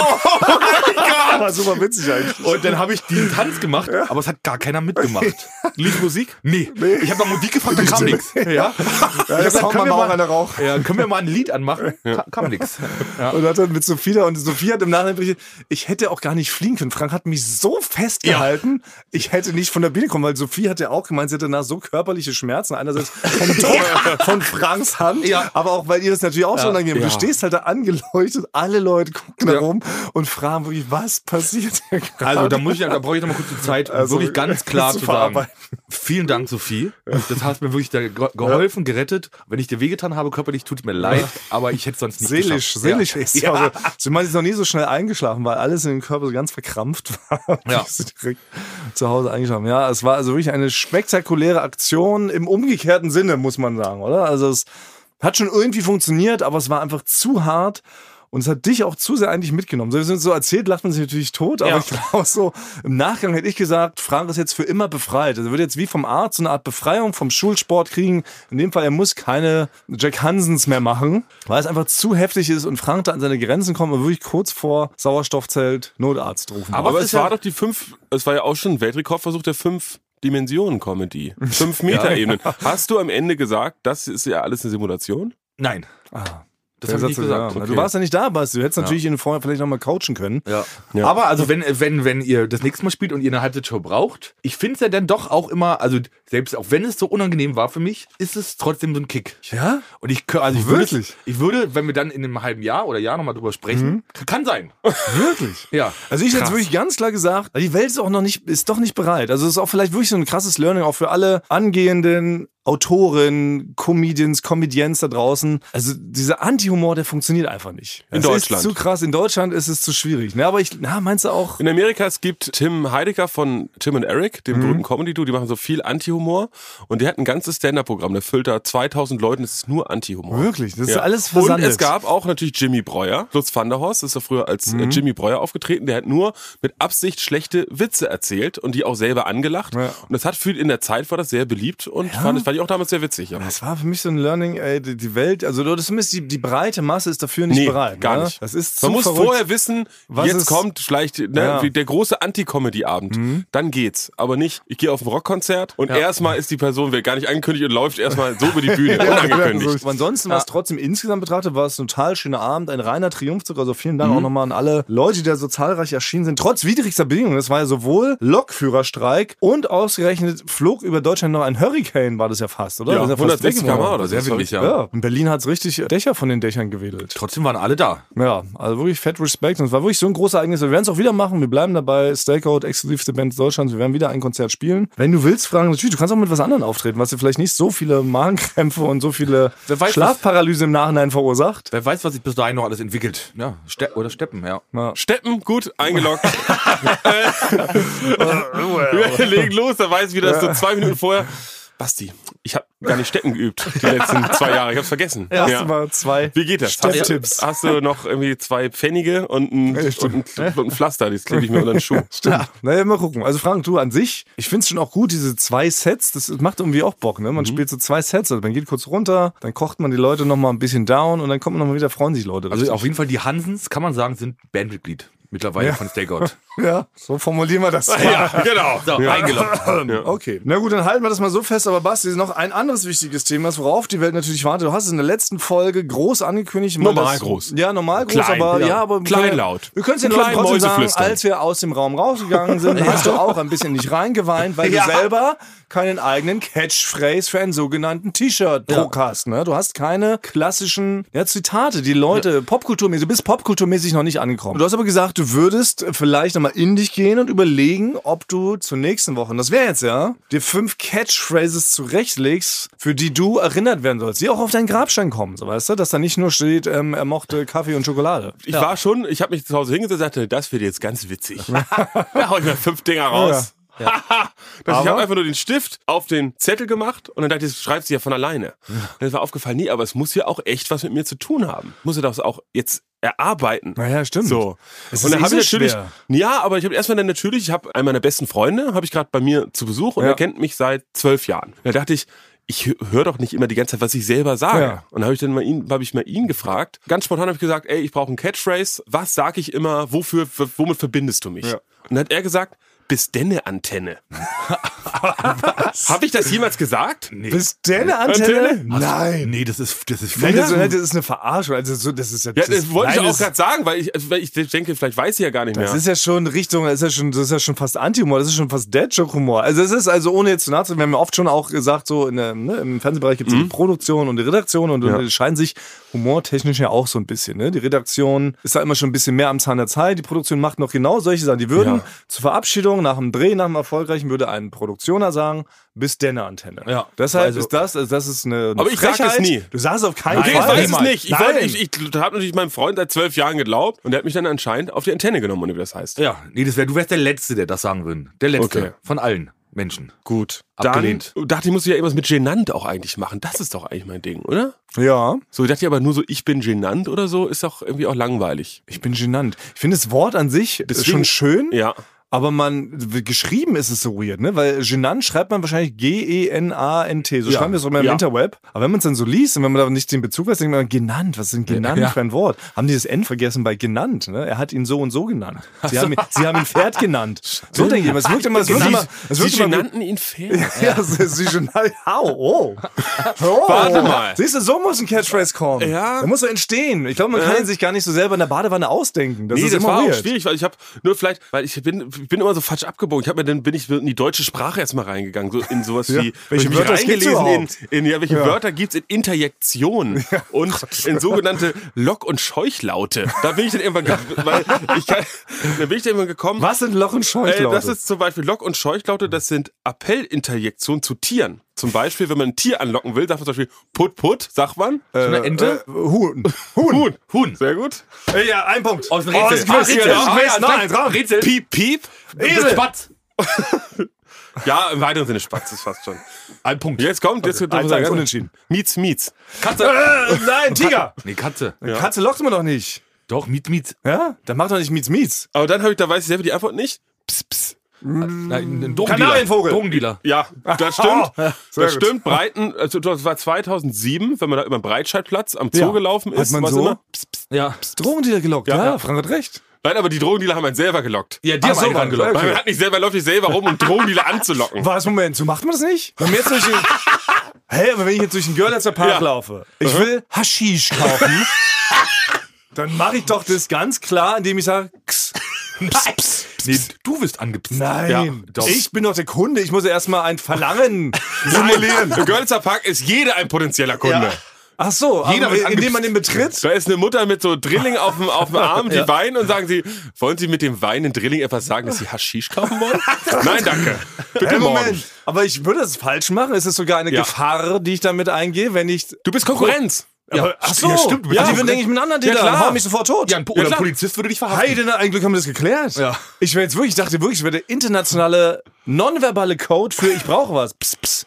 Speaker 2: Das war super witzig eigentlich.
Speaker 1: und dann habe ich diesen Tanz gemacht, aber es hat gar keiner mitgemacht. Lief Musik? Nee. Ich habe nach Musik gefragt, da kam nichts. Ja.
Speaker 2: Ja,
Speaker 1: Ich hab
Speaker 2: jetzt
Speaker 1: gesagt,
Speaker 2: hauen wir
Speaker 1: können wir
Speaker 2: mal auch
Speaker 1: mal-
Speaker 2: eine Rauch.
Speaker 1: ja, können wir mal ein Lied anmachen? Ka- Kam nichts. Ja.
Speaker 2: Und hat dann mit Sophie da und Sophie hat im Nachhinein berichtet, ich hätte auch gar nicht fliegen können. Frank hat mich so festgehalten, ich hätte nicht von der Bühne kommen, weil Sophie hat ja auch gemeint, sie hätte danach so körperliche Schmerzen. Einerseits vom Druck von Franks Hand,
Speaker 1: Ja.
Speaker 2: aber auch, weil ihr das natürlich auch schon angeht.
Speaker 3: Ja.
Speaker 2: Du stehst halt da angeleuchtet, alle Leute gucken da rum und fragen wirklich, was passiert hier gerade?
Speaker 1: Also da muss ich, da brauche ich noch mal kurz die Zeit, um
Speaker 2: Also,
Speaker 1: wirklich ganz klar
Speaker 2: zu
Speaker 1: zu sagen.
Speaker 2: verarbeiten.
Speaker 1: Vielen Dank, Sophie. Das hast mir wirklich da ge- geholfen, gerettet. Wenn ich dir wehgetan habe, körperlich tut mir leid, aber ich hätte es sonst nicht
Speaker 2: Seelisch,
Speaker 1: geschafft.
Speaker 2: seelisch
Speaker 1: Ja.
Speaker 2: ist ja. Also, sie meint, sie ist noch nie so schnell eingeschlafen, weil alles in dem Körper so ganz verkrampft war.
Speaker 1: Ja.
Speaker 2: Sie direkt zu Hause eingeschlafen. Ja, es war also wirklich eine spektakuläre Aktion im umgekehrten Sinne, muss man sagen, oder? Also es hat schon irgendwie funktioniert, aber es war einfach zu hart. Und es hat dich auch zu sehr eigentlich mitgenommen. So, wenn es uns so erzählt, lacht man sich natürlich tot, aber
Speaker 1: Ja.
Speaker 2: ich glaube so, im Nachgang hätte ich gesagt, Frank ist jetzt für immer befreit. Also er wird jetzt wie vom Arzt so eine Art Befreiung vom Schulsport kriegen. In dem Fall, er muss keine Jack Hansens mehr machen, weil es einfach zu heftig ist und Frank da an seine Grenzen kommt und wirklich kurz vor Sauerstoffzelt Notarzt rufen.
Speaker 1: Aber
Speaker 3: Aber
Speaker 1: es
Speaker 3: es
Speaker 1: ist ja-
Speaker 3: war doch die fünf, es war ja auch schon ein Weltrekordversuch der fünf Dimensionen Comedy.
Speaker 2: Ah.
Speaker 3: Fünf Meter Ebenen. Hast du am Ende gesagt, das ist ja alles eine Simulation?
Speaker 1: Nein. Das habe ich nicht gesagt.
Speaker 2: Ja. Du warst ja nicht da, Basti. Du hättest natürlich ihn vorher vielleicht nochmal coachen können. Ja.
Speaker 1: Aber also wenn, wenn, wenn ihr das nächste Mal spielt und ihr eine Halbzeitshow braucht, ich finde es ja dann doch auch immer, also selbst auch wenn es so unangenehm war für mich, ist es trotzdem so ein Kick.
Speaker 2: Ja?
Speaker 1: Und ich, kö- also ich würde,
Speaker 2: Wirklich?
Speaker 1: ich würde, wenn wir dann in einem halben Jahr oder Jahr nochmal drüber sprechen, kann sein.
Speaker 2: Mhm. Wirklich?
Speaker 1: Ja.
Speaker 2: Also ich hätte
Speaker 1: Krass.
Speaker 2: wirklich ganz klar gesagt, die Welt ist auch noch nicht, ist doch nicht bereit. Also es ist auch vielleicht wirklich so ein krasses Learning auch für alle angehenden Autoren, Comedians, Comedians da draußen. Also dieser Anti-Humor, der funktioniert einfach nicht.
Speaker 3: In
Speaker 2: es
Speaker 3: Deutschland.
Speaker 2: Ist zu krass. In Deutschland ist es zu schwierig. Na, aber ich, na, meinst du auch?
Speaker 3: In Amerika, es gibt Tim Heidecker von Tim und Eric,
Speaker 1: Mhm.
Speaker 3: dem berühmten Comedy-Duo, die machen so viel Anti-Humor und der hat ein ganzes Stand-Up-Programm, der füllt da 2000 Leuten, es ist nur Anti-Humor.
Speaker 2: Wirklich? Das ist alles
Speaker 3: Und
Speaker 2: versandet.
Speaker 3: es gab auch natürlich Jimmy Breuer, Lutz van der Horst ist ja früher als
Speaker 2: Mhm.
Speaker 3: äh, Jimmy Breuer aufgetreten, der hat nur mit Absicht schlechte Witze erzählt und die auch selber angelacht
Speaker 2: Ja.
Speaker 3: und das hat viel, in der Zeit war das sehr beliebt und fand, ich- fand ich auch damals sehr witzig. Ja.
Speaker 2: Das war für mich so ein Learning, ey, die, die Welt, also oder zumindest die, die breite Masse ist dafür nicht bereit.
Speaker 3: Gar
Speaker 2: ne?
Speaker 3: nicht.
Speaker 2: Das ist zu
Speaker 3: Man muss
Speaker 2: verrückt.
Speaker 3: vorher wissen,
Speaker 2: Was
Speaker 3: jetzt
Speaker 2: ist-
Speaker 3: kommt vielleicht ne,
Speaker 2: Ja. Mhm.
Speaker 3: wie der große Anti-Comedy-Abend. Dann geht's. Aber nicht, ich gehe auf ein Rockkonzert und erstmal ist die Person wird gar nicht angekündigt und läuft erstmal so über die Bühne. unangekündigt.
Speaker 2: Aber ansonsten war es trotzdem insgesamt betrachtet, war es ein total schöner Abend, ein reiner Triumphzug. Also vielen Dank auch
Speaker 3: Mhm.
Speaker 2: nochmal an alle Leute, die da so zahlreich erschienen sind. Trotz widrigster Bedingungen. Es war ja sowohl Lokführerstreik und ausgerechnet flog über Deutschland noch ein Hurricane, war das ja fast, oder?
Speaker 3: Ja,
Speaker 2: Das ist
Speaker 3: 160
Speaker 2: fast weg
Speaker 3: km/h
Speaker 2: geworden.
Speaker 3: oder so.
Speaker 1: Sehr
Speaker 3: Das war
Speaker 1: witzig,
Speaker 3: richtig-
Speaker 1: ja.
Speaker 2: Ja, in Berlin hat's richtig Dächer von den Dächern gewedelt.
Speaker 1: Trotzdem waren alle da.
Speaker 2: Ja, also wirklich fett Respekt. Und es war wirklich so ein großes Ereignis. Wir werden es auch wieder machen. Wir bleiben dabei. Stakeout, exklusivste Band Deutschlands. Wir werden wieder ein Konzert spielen. Wenn du willst, fragen natürlich. Du kannst auch mit was anderem auftreten, was dir vielleicht nicht so viele Magenkrämpfe und so viele
Speaker 1: Wer weiß,
Speaker 2: Schlafparalyse im Nachhinein verursacht.
Speaker 1: Wer weiß, was sich bis dahin noch alles entwickelt. Ja, Ste oder Steppen, ja.
Speaker 3: Steppen, gut, eingeloggt. Äh, Wir legen los, da weiß ich wieder so zwei Minuten vorher. Basti, ich habe gar nicht Steppen geübt die letzten zwei Jahre. Ich hab's vergessen.
Speaker 2: Erst
Speaker 3: Ja.
Speaker 2: mal zwei.
Speaker 3: Wie geht das?
Speaker 2: Stepptipps.
Speaker 3: Hast, hast du noch irgendwie zwei Pfennige und ein, und ein, und ein Pflaster, das klebe ich mir unter den Schuh.
Speaker 2: Ja. Naja, mal gucken. Also Frank, du an sich, ich find's schon auch gut, diese zwei Sets, das macht irgendwie auch Bock,
Speaker 1: Mhm.
Speaker 2: ne? Man spielt so zwei Sets, also man geht kurz runter, dann kocht man die Leute nochmal ein bisschen down und dann kommt man nochmal wieder, freuen sich Leute.
Speaker 1: Also auf jeden Fall, die Hansens, kann man sagen, sind Bandmitglied mittlerweile von Stakeout.
Speaker 2: ja, so formulieren wir das.
Speaker 3: genau.
Speaker 1: So, eingeloggt.
Speaker 2: Okay. Na gut, dann halten wir das mal so fest. Aber Basti, noch ein anderes wichtiges Thema, das worauf die Welt natürlich wartet. Du hast es in der letzten Folge groß angekündigt. Mal
Speaker 3: Normal
Speaker 2: das-
Speaker 3: groß.
Speaker 2: Ja, normal groß,
Speaker 3: Klein,
Speaker 2: aber ja,
Speaker 3: ja.
Speaker 2: aber
Speaker 3: Klein laut.
Speaker 2: Wir können es den
Speaker 3: Klein
Speaker 2: Leuten trotzdem sagen,
Speaker 3: Mäuseflüstern.
Speaker 2: als wir aus dem Raum rausgegangen sind, hast du auch ein bisschen nicht reingeweint, weil
Speaker 1: Ja.
Speaker 2: du selber keinen eigenen Catchphrase für einen sogenannten T-Shirt-Druck hast. Ne? Du hast keine klassischen ja, Zitate, die Leute popkulturmäßig, du bist popkulturmäßig noch nicht angekommen. Du hast aber gesagt, du würdest vielleicht nochmal in dich gehen und überlegen, ob du zur nächsten Woche, und das wäre jetzt ja, dir fünf Catchphrases zurechtlegst, für die du erinnert werden sollst, die auch auf deinen Grabstein kommen, so weißt du, dass da nicht nur steht, ähm, er mochte Kaffee und Schokolade.
Speaker 3: Ich war schon, ich habe mich zu Hause hingesetzt und dachte, das wird jetzt ganz witzig. da hau ich mir fünf Dinger raus. das, ich
Speaker 2: Aber-
Speaker 3: habe einfach nur den Stift auf den Zettel gemacht und dann dachte ich, das schreibt sie ja von alleine. Und dann ist mir aufgefallen, nee, aber es muss ja auch echt was mit mir zu tun haben. Muss ja das auch jetzt erarbeiten.
Speaker 2: Naja, stimmt.
Speaker 3: So.
Speaker 2: Es
Speaker 3: und
Speaker 2: ist
Speaker 3: dann
Speaker 2: eh
Speaker 3: habe ich
Speaker 2: so
Speaker 3: natürlich,
Speaker 2: schwer.
Speaker 3: ja, aber ich habe erstmal dann natürlich, ich habe einen meiner besten Freunde, habe ich gerade bei mir zu Besuch und
Speaker 2: Ja.
Speaker 3: er kennt mich seit zwölf Jahren. Da dachte ich, ich höre doch nicht immer die ganze Zeit, was ich selber sage.
Speaker 2: Ja.
Speaker 3: Und da habe ich dann mal ihn, habe ich mal ihn gefragt. Ganz spontan habe ich gesagt, ey, ich brauche einen Catchphrase. Was sage ich immer? Wofür? w- Womit verbindest du mich?
Speaker 2: Ja.
Speaker 3: Und dann hat er gesagt, bis denne Antenne. habe ich das jemals gesagt? Nee.
Speaker 2: Bis denn Antenne?
Speaker 3: Antenne?
Speaker 2: Nein.
Speaker 1: Nee, das ist, das ist
Speaker 2: Nein, das,
Speaker 1: Ja.
Speaker 2: das ist eine Verarschung. Also so, das ist ja,
Speaker 3: Ja, das wollte ich
Speaker 2: nein,
Speaker 3: auch
Speaker 2: das-
Speaker 3: gerade sagen, weil ich, weil ich denke, vielleicht weiß ich ja gar nicht mehr.
Speaker 2: Das ist ja schon Richtung, das ist ja schon, das ist ja schon fast Anti-Humor, das ist schon fast Dad-Joke-Humor. Also es ist also ohne jetzt zu nahe zu- wir haben ja oft schon auch gesagt, so in der, ne, im Fernsehbereich gibt es
Speaker 3: Mhm.
Speaker 2: die Produktion und die Redaktion und, und die scheinen sich humortechnisch ja auch so ein bisschen. Ne? Die Redaktion ist da immer schon ein bisschen mehr am Zahn der Zeit, die Produktion macht noch genau solche Sachen. Die würden
Speaker 3: Ja.
Speaker 2: zur Verabschiedung nach dem Dreh, nach dem erfolgreichen, würde ein Produktioner sagen, bis denne Antenne.
Speaker 1: Ja.
Speaker 2: Deshalb
Speaker 1: Also-
Speaker 2: ist das, also das ist eine, eine
Speaker 3: Aber ich sag
Speaker 2: Frechheit.
Speaker 3: das nie.
Speaker 2: Du sagst auf keinen
Speaker 3: Okay, ich
Speaker 2: Fall.
Speaker 3: weiß es
Speaker 2: Nein.
Speaker 3: nicht. Ich,
Speaker 2: Nein.
Speaker 3: wollte- ich, ich habe natürlich meinem Freund seit zwölf Jahren geglaubt und der hat mich dann anscheinend auf die Antenne genommen, oder wie das heißt.
Speaker 1: Ja, nee, das wär, du wärst der Letzte, der das sagen würde. Der Letzte
Speaker 3: Okay.
Speaker 1: von allen Menschen.
Speaker 3: Gut.
Speaker 1: Abgelehnt.
Speaker 3: Dann dachte ich, muss ich ja irgendwas mit genannt auch eigentlich machen. Das ist doch eigentlich mein Ding, oder?
Speaker 2: ja.
Speaker 3: So, ich dachte aber nur so, ich bin genannt oder so, ist doch irgendwie auch langweilig.
Speaker 2: Ich bin genannt. Ich finde das Wort an sich ist schon
Speaker 3: Deswegen-
Speaker 2: schön,
Speaker 3: Ja.
Speaker 2: aber man, geschrieben ist es so weird, ne? Weil Genant schreibt man wahrscheinlich E G-E-N-A-N-T. So
Speaker 3: Ja.
Speaker 2: schreiben wir es auch immer im
Speaker 3: Ja.
Speaker 2: Interweb. Aber wenn man es dann so liest und wenn man da nicht den Bezug weiß, denkt man, genannt, was ist denn genannt
Speaker 1: Ja.
Speaker 2: für ein Wort? Haben die das N vergessen bei genannt, ne? Er hat ihn so und so genannt. Sie, haben, ihn, sie haben ihn Pferd genannt. So denke ich, immer. es wirkt immer, es wirkt immer, es
Speaker 3: Sie
Speaker 2: wirkt immer gut.
Speaker 3: nannten ihn Pferd.
Speaker 2: Ja, sie, sie schon. Au, oh. oh.
Speaker 3: Warte mal.
Speaker 2: Siehst du, so muss ein Catchphrase kommen.
Speaker 3: Ja.
Speaker 2: Da muss er entstehen. Ich glaube, man kann ihn sich gar nicht so selber in der Badewanne ausdenken. Das
Speaker 3: Nee,
Speaker 2: ist
Speaker 3: das
Speaker 2: immer
Speaker 3: war
Speaker 2: weird.
Speaker 3: auch schwierig, weil ich habe nur vielleicht, weil ich bin, ich bin immer so falsch abgebogen. Ich habe mir dann bin ich in die deutsche Sprache erstmal reingegangen, so in sowas
Speaker 2: Ja.
Speaker 3: wie
Speaker 2: Welche
Speaker 3: hab ich mich
Speaker 2: Wörter gibt's
Speaker 3: reingelesen
Speaker 2: überhaupt?
Speaker 3: in, in ja, welche
Speaker 2: Ja.
Speaker 3: Wörter gibt's in Interjektion und in sogenannte Lock- und Scheuchlaute. Da bin ich dann irgendwann, ge- weil ich kann, da bin ich dann irgendwann gekommen.
Speaker 2: Was sind Loch und
Speaker 3: Äh,
Speaker 2: Scheuchlaute?
Speaker 3: das ist zum Beispiel Lock- und Scheuchlaute, das sind Appellinterjektionen zu Tieren. Zum Beispiel, wenn man ein Tier anlocken will, sagt man zum Beispiel Put Put, sagt man.
Speaker 1: So eine Ente?
Speaker 2: Äh, Huhn.
Speaker 3: Huhn.
Speaker 1: Huhn.
Speaker 3: Sehr gut.
Speaker 2: Äh, ja, ein Punkt.
Speaker 1: Aus dem
Speaker 2: Oh,
Speaker 1: Rätsel.
Speaker 2: das ist ein Quiz
Speaker 1: Ah,
Speaker 2: hier.
Speaker 1: Rätsel.
Speaker 2: Das ist ein
Speaker 1: Ah,
Speaker 2: Quiz.
Speaker 1: ja,
Speaker 2: Nein,
Speaker 1: Rätsel.
Speaker 2: dran.
Speaker 1: Rätsel.
Speaker 3: Piep, piep.
Speaker 1: Esel. Spatz.
Speaker 3: Ja, im weiteren Sinne Spatz ist fast schon.
Speaker 1: Ein Punkt.
Speaker 3: Jetzt kommt, jetzt wird
Speaker 2: eins,
Speaker 3: sagen,
Speaker 2: eins, unentschieden.
Speaker 3: Mietz, Mietz.
Speaker 1: Katze.
Speaker 2: Äh, nein, Tiger.
Speaker 1: Nee, Katze.
Speaker 2: Katze lockt man doch nicht.
Speaker 1: Doch, Miet, Miet.
Speaker 2: Ja? Dann macht doch nicht Miets Miets.
Speaker 3: Aber dann habe ich, da weiß ich selber die Antwort nicht. Pss, pss.
Speaker 1: Nein, ein Drogendealer.
Speaker 2: Kanarienvogel.
Speaker 1: Drogendealer.
Speaker 3: Ja, das stimmt.
Speaker 2: ja, Ah, sehr
Speaker 3: das
Speaker 2: gut.
Speaker 3: stimmt. Breiten, also das war 2007, wenn man da über den Breitscheidplatz am Zoo
Speaker 2: Ja.
Speaker 3: gelaufen
Speaker 2: Hat
Speaker 3: ist.
Speaker 2: man
Speaker 3: was
Speaker 2: so?
Speaker 3: Pss, pss.
Speaker 1: Ja.
Speaker 2: Drogendealer gelockt. Ja,
Speaker 3: ja.
Speaker 2: Frank hat recht.
Speaker 3: Nein, aber die Drogendealer haben einen selber gelockt.
Speaker 1: Ja, die
Speaker 2: Ach
Speaker 1: haben
Speaker 2: so,
Speaker 1: einen
Speaker 2: war-
Speaker 1: rangelockt.
Speaker 3: Weil man hat nicht selber, läuft nicht selber rum, um Drogendealer anzulocken.
Speaker 2: Was, Moment, so macht man das nicht? Wenn mir jetzt durch den... Hä, aber wenn ich jetzt durch den Görlitzer Park
Speaker 3: Ja.
Speaker 2: laufe,
Speaker 1: Mhm.
Speaker 2: ich will Haschisch kaufen, dann mache ich doch das ganz klar, indem ich sage, X.
Speaker 1: Nee, Äh, du wirst angepst.
Speaker 2: Nein,
Speaker 1: doch.
Speaker 2: ich bin doch der Kunde, ich muss ja erstmal ein Verlangen simulieren.
Speaker 3: Im Görlitzer Park ist jeder ein potenzieller Kunde.
Speaker 2: Ach so,
Speaker 1: Jeder
Speaker 2: aber
Speaker 1: wird
Speaker 2: indem
Speaker 1: angepisst.
Speaker 2: man den betritt?
Speaker 3: Da ist eine Mutter mit so Drilling auf dem, auf dem Arm, die weinen und sagen sie, wollen Sie mit dem weinenden Drilling etwas sagen, dass Sie Haschisch kaufen wollen? Nein, danke. Bitte
Speaker 2: Hä,
Speaker 3: morgen.
Speaker 2: Moment, aber ich würde es falsch machen. Es ist sogar eine
Speaker 3: Ja.
Speaker 2: Gefahr, die ich damit eingehe, wenn ich.
Speaker 3: Du bist Konkurrenz.
Speaker 2: Aber- ach so,
Speaker 1: ja, stimmt, du bist
Speaker 2: ja, die
Speaker 1: auch
Speaker 2: würden denke ich mit einem anderen
Speaker 3: Ja,
Speaker 2: Dealer,
Speaker 3: klar.
Speaker 2: dann hau mich sofort tot.
Speaker 1: Ja, ein Po- oder ein
Speaker 3: klar.
Speaker 1: Polizist würde dich verhaften.
Speaker 2: Heide, na, ein Glück haben wir das geklärt.
Speaker 1: Ja.
Speaker 2: Ich wäre jetzt wirklich, ich dachte wirklich, es wäre der internationale nonverbale Code für ich brauche was. Pss, pss.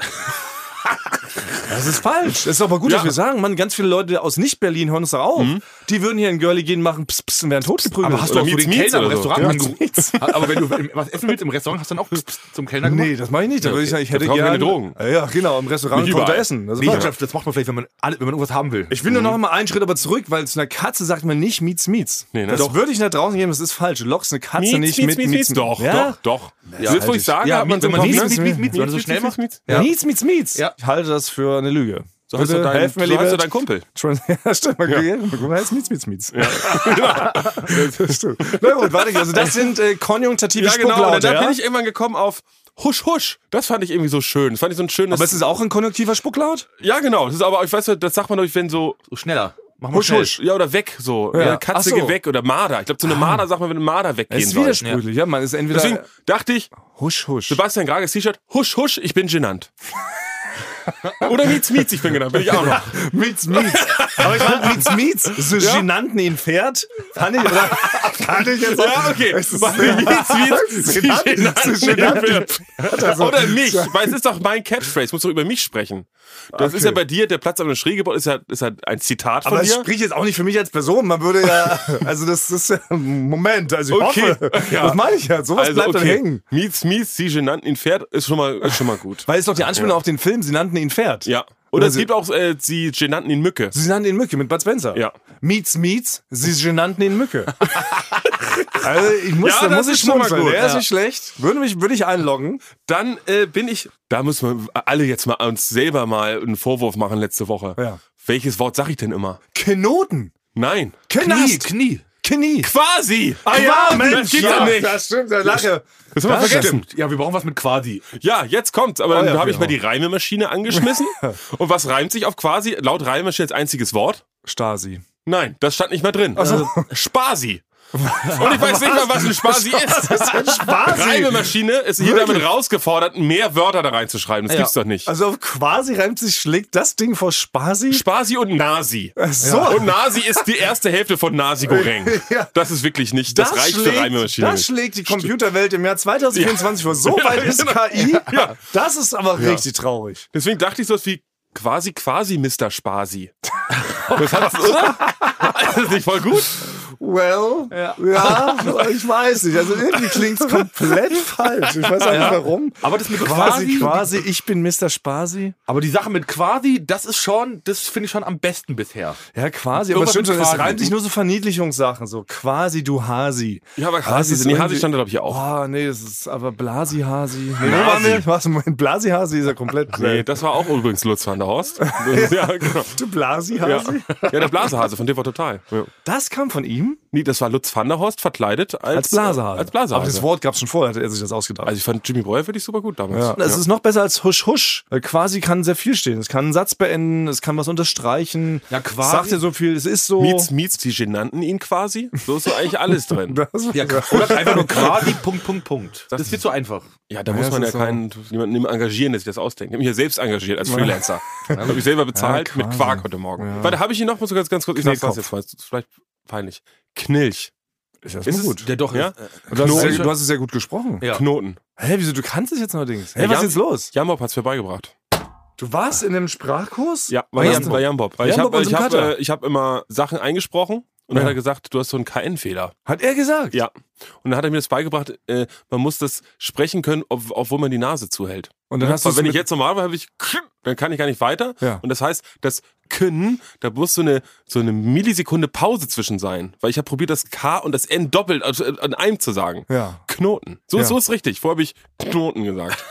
Speaker 2: Das ist falsch. Das ist aber gut,
Speaker 3: Ja. Mhm.
Speaker 2: dass wir sagen, Mann, ganz viele Leute aus Nicht-Berlin hören uns da auf. Die würden hier in Girlie gehen, machen pss, pss und werden totgeprügelt.
Speaker 1: Aber hast du
Speaker 3: Oder
Speaker 1: auch so
Speaker 3: Mietz,
Speaker 1: den
Speaker 3: Mietz
Speaker 1: Kellner im
Speaker 3: oder so.
Speaker 1: Restaurant
Speaker 2: Ja, Mietz.
Speaker 1: angerufen? Aber wenn du im- was essen willst im Restaurant, hast du dann auch pst, pst zum Kellner gemacht?
Speaker 2: Nee, das mache ich nicht. Da würde ich sagen, ich hätte
Speaker 3: brauchen wir
Speaker 2: gerne
Speaker 3: keine Drogen.
Speaker 2: Ja, genau, im Restaurant
Speaker 3: Nicht
Speaker 2: kommt da
Speaker 3: überall. Mhm.
Speaker 2: essen. Das ist
Speaker 1: Nee,
Speaker 2: falsch.
Speaker 1: das, das macht man vielleicht, wenn man, alle, wenn man irgendwas haben will.
Speaker 2: Ich will nur noch mal einen Schritt aber zurück, weil zu einer Katze sagt man nicht Miets Miets.
Speaker 3: Nee, ne?
Speaker 2: Das
Speaker 3: Doch.
Speaker 2: würde ich nach draußen geben, das ist falsch. Du lockst eine Katze nicht mit Miets
Speaker 3: Doch,
Speaker 2: ja?
Speaker 3: doch, doch. Ja, Willst du
Speaker 2: halt
Speaker 3: ruhig sagen?
Speaker 2: Ja,
Speaker 3: hat man
Speaker 2: wenn man
Speaker 3: im
Speaker 2: Mietz,
Speaker 3: Kopf,
Speaker 2: Mietz,
Speaker 3: ne?
Speaker 2: Mietz, Mietz,
Speaker 1: wenn man so schnell macht.
Speaker 3: Mietz.
Speaker 1: Ja.
Speaker 2: Miets Miets Miets.
Speaker 1: Ja.
Speaker 2: Ich halte das für eine Lüge.
Speaker 3: So heißt
Speaker 2: Bitte
Speaker 3: doch dein,
Speaker 2: helf mir,
Speaker 3: so heißt doch
Speaker 2: liebe
Speaker 3: dein Kumpel.
Speaker 2: Trans ja, stimmt. Man ja. Guck mal, heißt Miets Miets Miets. Ja. das stimmt. Na gut, warte, also das sind äh, konjunktative
Speaker 3: Ja, genau. Und
Speaker 2: Spucklaute.
Speaker 3: dann
Speaker 2: ja?
Speaker 3: bin ich irgendwann gekommen auf Husch, Husch. Das fand ich irgendwie so schön. Das fand ich so ein schönes.
Speaker 2: aber es ist auch ein konjunktiver Spucklaut?
Speaker 3: ja, genau. Das ist aber, ich weiß nicht, das sagt man, glaube ich, wenn so
Speaker 1: So, schneller. Mach mal
Speaker 3: Husch,
Speaker 1: schnell.
Speaker 3: Husch. Ja, oder weg so.
Speaker 2: Ja.
Speaker 3: Ja. Katze,
Speaker 2: Ach so. Ah.
Speaker 3: geh weg. Oder Marder. Ich glaube, zu einem Marder sagt man, wenn ein Marder
Speaker 2: Es
Speaker 3: weggehen
Speaker 2: ist
Speaker 3: soll.
Speaker 2: widersprüchlich. Ja. man ist entweder
Speaker 3: Deswegen dachte ich,
Speaker 2: husch husch.
Speaker 3: Sebastian Grages T-Shirt, husch, husch, ich bin genannt. Oder Mietz, Mietz, ich bin genannt, bin ich auch noch.
Speaker 2: Mietz, Mietz. Aber ich fand Mietz, Mietz, so ja. genannt ihn Pferd, fand ich, oder, fand ich jetzt
Speaker 3: Ja, okay.
Speaker 2: Es ist-
Speaker 3: Mietz, Mietz, Sie
Speaker 2: Genannt?
Speaker 3: genannt,
Speaker 2: Sie genannt?
Speaker 3: genannt.
Speaker 2: Also,
Speaker 3: Oder mich, weil es ist doch mein Catchphrase, ich muss doch über mich sprechen. Das ist ja bei dir, der Platz am Schrägebord ist ja, ist ja ein Zitat von
Speaker 2: Aber ich
Speaker 3: dir.
Speaker 2: sprich jetzt auch nicht für mich als Person. Man würde ja, also das ist ja, Moment, also ich
Speaker 3: Okay.
Speaker 2: hoffe,
Speaker 3: Ja.
Speaker 2: das meine ich ja. Also, Sowas
Speaker 3: Also,
Speaker 2: bleibt dann hängen.
Speaker 3: Mietz, Mietz, Sie genannten ihn Pferd, ist schon mal, ist schon mal gut.
Speaker 2: Weil es doch die Anspielung auf den Film, sie nannten ihn Pferd.
Speaker 3: Ja. Oder es
Speaker 2: Also-
Speaker 3: gibt auch, äh, Sie genannten ihn Mücke.
Speaker 2: Sie nannten ihn Mücke mit Bud Spencer.
Speaker 3: Ja.
Speaker 2: Meets Meets, sie nannten ihn Mücke. also ich muss,
Speaker 3: Ja,
Speaker 2: da
Speaker 3: das
Speaker 2: muss ich
Speaker 3: ist schon mal
Speaker 2: schmunzeln.
Speaker 3: gut.
Speaker 2: Der ist
Speaker 3: Ja.
Speaker 2: nicht schlecht. Würde mich, würde ich einloggen.
Speaker 3: Dann äh, bin ich, da müssen wir alle jetzt mal uns selber mal einen Vorwurf machen letzte Woche.
Speaker 2: Ja.
Speaker 3: Welches Wort sag ich denn immer?
Speaker 2: Knoten.
Speaker 3: Nein.
Speaker 1: Knie,
Speaker 2: Knast.
Speaker 1: Knie.
Speaker 2: Knie.
Speaker 3: Quasi!
Speaker 2: Ah ja, Mensch,
Speaker 3: das gibt's
Speaker 2: ja,
Speaker 3: ja, nicht.
Speaker 2: Das stimmt, da lache.
Speaker 3: Das haben wir
Speaker 2: Das
Speaker 3: vergessen.
Speaker 1: Stimmt. Ja, wir brauchen was mit Quasi.
Speaker 3: Ja, jetzt kommt's. Aber
Speaker 2: ja,
Speaker 3: dann habe ich
Speaker 2: genau.
Speaker 3: mal die Reimemaschine angeschmissen. Und was reimt sich auf quasi? Laut Reimemaschine als einziges Wort?
Speaker 2: Stasi.
Speaker 3: Nein, das stand nicht mehr drin. Also,
Speaker 2: so.
Speaker 3: Spasi. Und ich weiß nicht mal, was ein Spasi ist.
Speaker 2: Spasi.
Speaker 3: Reimemaschine ist hier
Speaker 2: Wirklich?
Speaker 3: damit rausgefordert, mehr Wörter da reinzuschreiben. Das
Speaker 1: Ja.
Speaker 3: gibt's doch nicht.
Speaker 2: Also auf quasi reimt sich, schlägt das Ding vor Spasi?
Speaker 3: Spasi und Nasi.
Speaker 2: So.
Speaker 3: Und Nasi ist die erste Hälfte von Nasi Goreng.
Speaker 2: Ja.
Speaker 3: Das ist wirklich nicht, das, reicht für Reimemaschine.
Speaker 2: das
Speaker 3: nicht.
Speaker 2: schlägt die Computerwelt im Jahr 2024 vor. So weit ist KI.
Speaker 3: Ja.
Speaker 2: Das ist aber richtig traurig.
Speaker 3: Deswegen dachte ich so was wie quasi quasi Mr. Spasi. Das hat's, oder? Das ist nicht voll gut.
Speaker 2: well, ja, ich weiß nicht. Also irgendwie klingt es komplett falsch. Ich weiß auch nicht warum.
Speaker 1: Aber das mit
Speaker 2: Quasi,
Speaker 1: quasi,
Speaker 2: quasi, ich bin Mr. Spasi.
Speaker 1: Aber die Sache mit quasi, das ist schon, das finde ich schon am besten bisher.
Speaker 2: Ja, quasi. Aber
Speaker 1: Irgendwas
Speaker 2: stimmt schon,
Speaker 1: mit
Speaker 2: es
Speaker 1: quasi.
Speaker 2: reimt sich nur so Verniedlichungssachen, so quasi du Hasi. Ah,
Speaker 3: Ja, aber Hasi-
Speaker 2: ist
Speaker 3: nee, Hasi
Speaker 2: irgendwie-
Speaker 3: stand da, glaub ich, auch.
Speaker 2: Oh, nee, das ist aber Blasi-Hasi. Nee, wo waren wir? Was, Moment, Blasi-Hasi ist ja komplett.
Speaker 3: Nee, Äh, das war auch übrigens Lutz van der Horst. ja, genau.
Speaker 2: Du
Speaker 3: Ja.
Speaker 2: Blasi-Hasi?
Speaker 3: ja, der Blasehase von TV Total. Ja.
Speaker 2: Das kam von ihm?
Speaker 3: Nee, das war Lutz van der Horst verkleidet als,
Speaker 2: Als Blasehase.
Speaker 3: Als Blasehase.
Speaker 2: Aber das Wort gab es schon vorher, hat er sich das ausgedacht.
Speaker 3: also ich fand Jimmy Breuer wirklich super gut damals.
Speaker 2: Ja. Es ist noch besser als husch husch. Weil Quasi kann sehr viel stehen. Es kann einen Satz beenden, es kann was unterstreichen.
Speaker 1: Ja, quasi-
Speaker 2: Sagt dir so viel, es ist so.
Speaker 3: Meets, meets, die genannten ihn quasi. So ist so eigentlich alles drin.
Speaker 2: Das-
Speaker 1: Ja, oder einfach nur quasi, Punkt, Punkt, Punkt. Das wird so einfach.
Speaker 3: Ja, da
Speaker 2: Ja,
Speaker 3: muss
Speaker 2: das
Speaker 3: man ja
Speaker 2: ist
Speaker 3: keinen, niemanden engagieren, der sich das ausdenkt. Ich habe mich ja selbst engagiert als Freelancer. Ja. habe mich selber bezahlt mit
Speaker 2: quasi.
Speaker 3: Quark heute Morgen. Warte, habe ich hier noch, muss ich ganz, ganz kurz, ich sag das
Speaker 2: Knillkopf.
Speaker 3: jetzt mal, das ist vielleicht peinlich. Knilch.
Speaker 2: Ist das
Speaker 3: Ist
Speaker 2: mal
Speaker 3: es-
Speaker 2: gut.
Speaker 1: Ja, doch.
Speaker 3: Ja?
Speaker 1: ist- äh,
Speaker 2: Du hast, es
Speaker 3: Knoten-
Speaker 2: sehr, du hast es sehr gut gesprochen.
Speaker 1: Ja.
Speaker 3: Knoten.
Speaker 2: Hä, wieso, du kannst es jetzt neuerdings? Hä,
Speaker 3: Ja,
Speaker 2: was ist
Speaker 3: Jan-
Speaker 2: jetzt los?
Speaker 3: Jamob hat's mir beigebracht.
Speaker 2: Du warst in einem Sprachkurs?
Speaker 3: Ja, bei,
Speaker 2: Was
Speaker 3: Jan,
Speaker 2: denn?
Speaker 3: bei Jambob. Weil ich
Speaker 2: Jambob
Speaker 3: habe
Speaker 2: und so
Speaker 3: ich
Speaker 2: ein
Speaker 3: hab,
Speaker 2: Cutter.
Speaker 3: äh, ich hab immer Sachen eingesprochen und dann
Speaker 2: Ja.
Speaker 3: hat er gesagt, du hast so einen KN-Fehler.
Speaker 2: Hat er gesagt?
Speaker 3: Ja. Und dann hat er mir das beigebracht, äh, man muss das sprechen können, ob, obwohl man die Nase zuhält.
Speaker 2: Und dann hast du
Speaker 3: Weil
Speaker 2: es
Speaker 3: wenn ich
Speaker 2: mit-
Speaker 3: jetzt normal war, habe ich, dann kann ich gar nicht weiter.
Speaker 2: Ja.
Speaker 3: Und das heißt, das können, da muss so eine, so eine Millisekunde Pause zwischen sein. Weil ich habe probiert, das K und das N doppelt also, äh, an einem zu sagen.
Speaker 2: Ja.
Speaker 3: Knoten. So,
Speaker 2: Ja.
Speaker 3: so ist richtig. Vorher habe ich Knoten gesagt.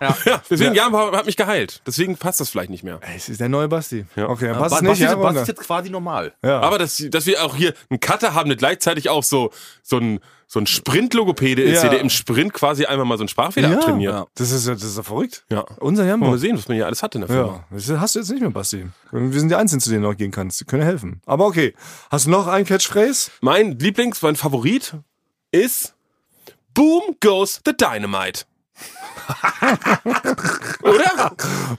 Speaker 3: ja. Deswegen, ja. hat mich geilt. Deswegen passt das vielleicht nicht mehr.
Speaker 2: Ey, Es ist der neue Basti.
Speaker 3: Ja.
Speaker 2: Okay, dann
Speaker 1: Was, was,
Speaker 2: passt es nicht.
Speaker 1: ist,
Speaker 2: Ja,
Speaker 1: was
Speaker 2: Wunder.
Speaker 1: ist jetzt quasi normal?
Speaker 2: ja.
Speaker 3: Aber dass, dass wir auch hier einen Cutter haben, der gleichzeitig auch so, so ein, so ein Sprint-Logopäde ist,
Speaker 2: Ja.
Speaker 3: der im Sprint quasi einmal mal so einen Sprachfehler
Speaker 2: ja.
Speaker 3: abtrainiert.
Speaker 2: Ja. Das ist ja das ist ja verrückt.
Speaker 3: Ja.
Speaker 2: Unser
Speaker 3: Mal
Speaker 2: Jambo.
Speaker 3: sehen, was man hier alles hat in der Firma.
Speaker 2: Ja, das hast du jetzt nicht mehr, Basti. Wir sind die Einzigen, zu denen du noch gehen kannst. Die können helfen. Aber okay. Hast du noch einen Catchphrase?
Speaker 3: Mein Lieblings, mein Favorit ist Boom Goes the Dynamite. Oder?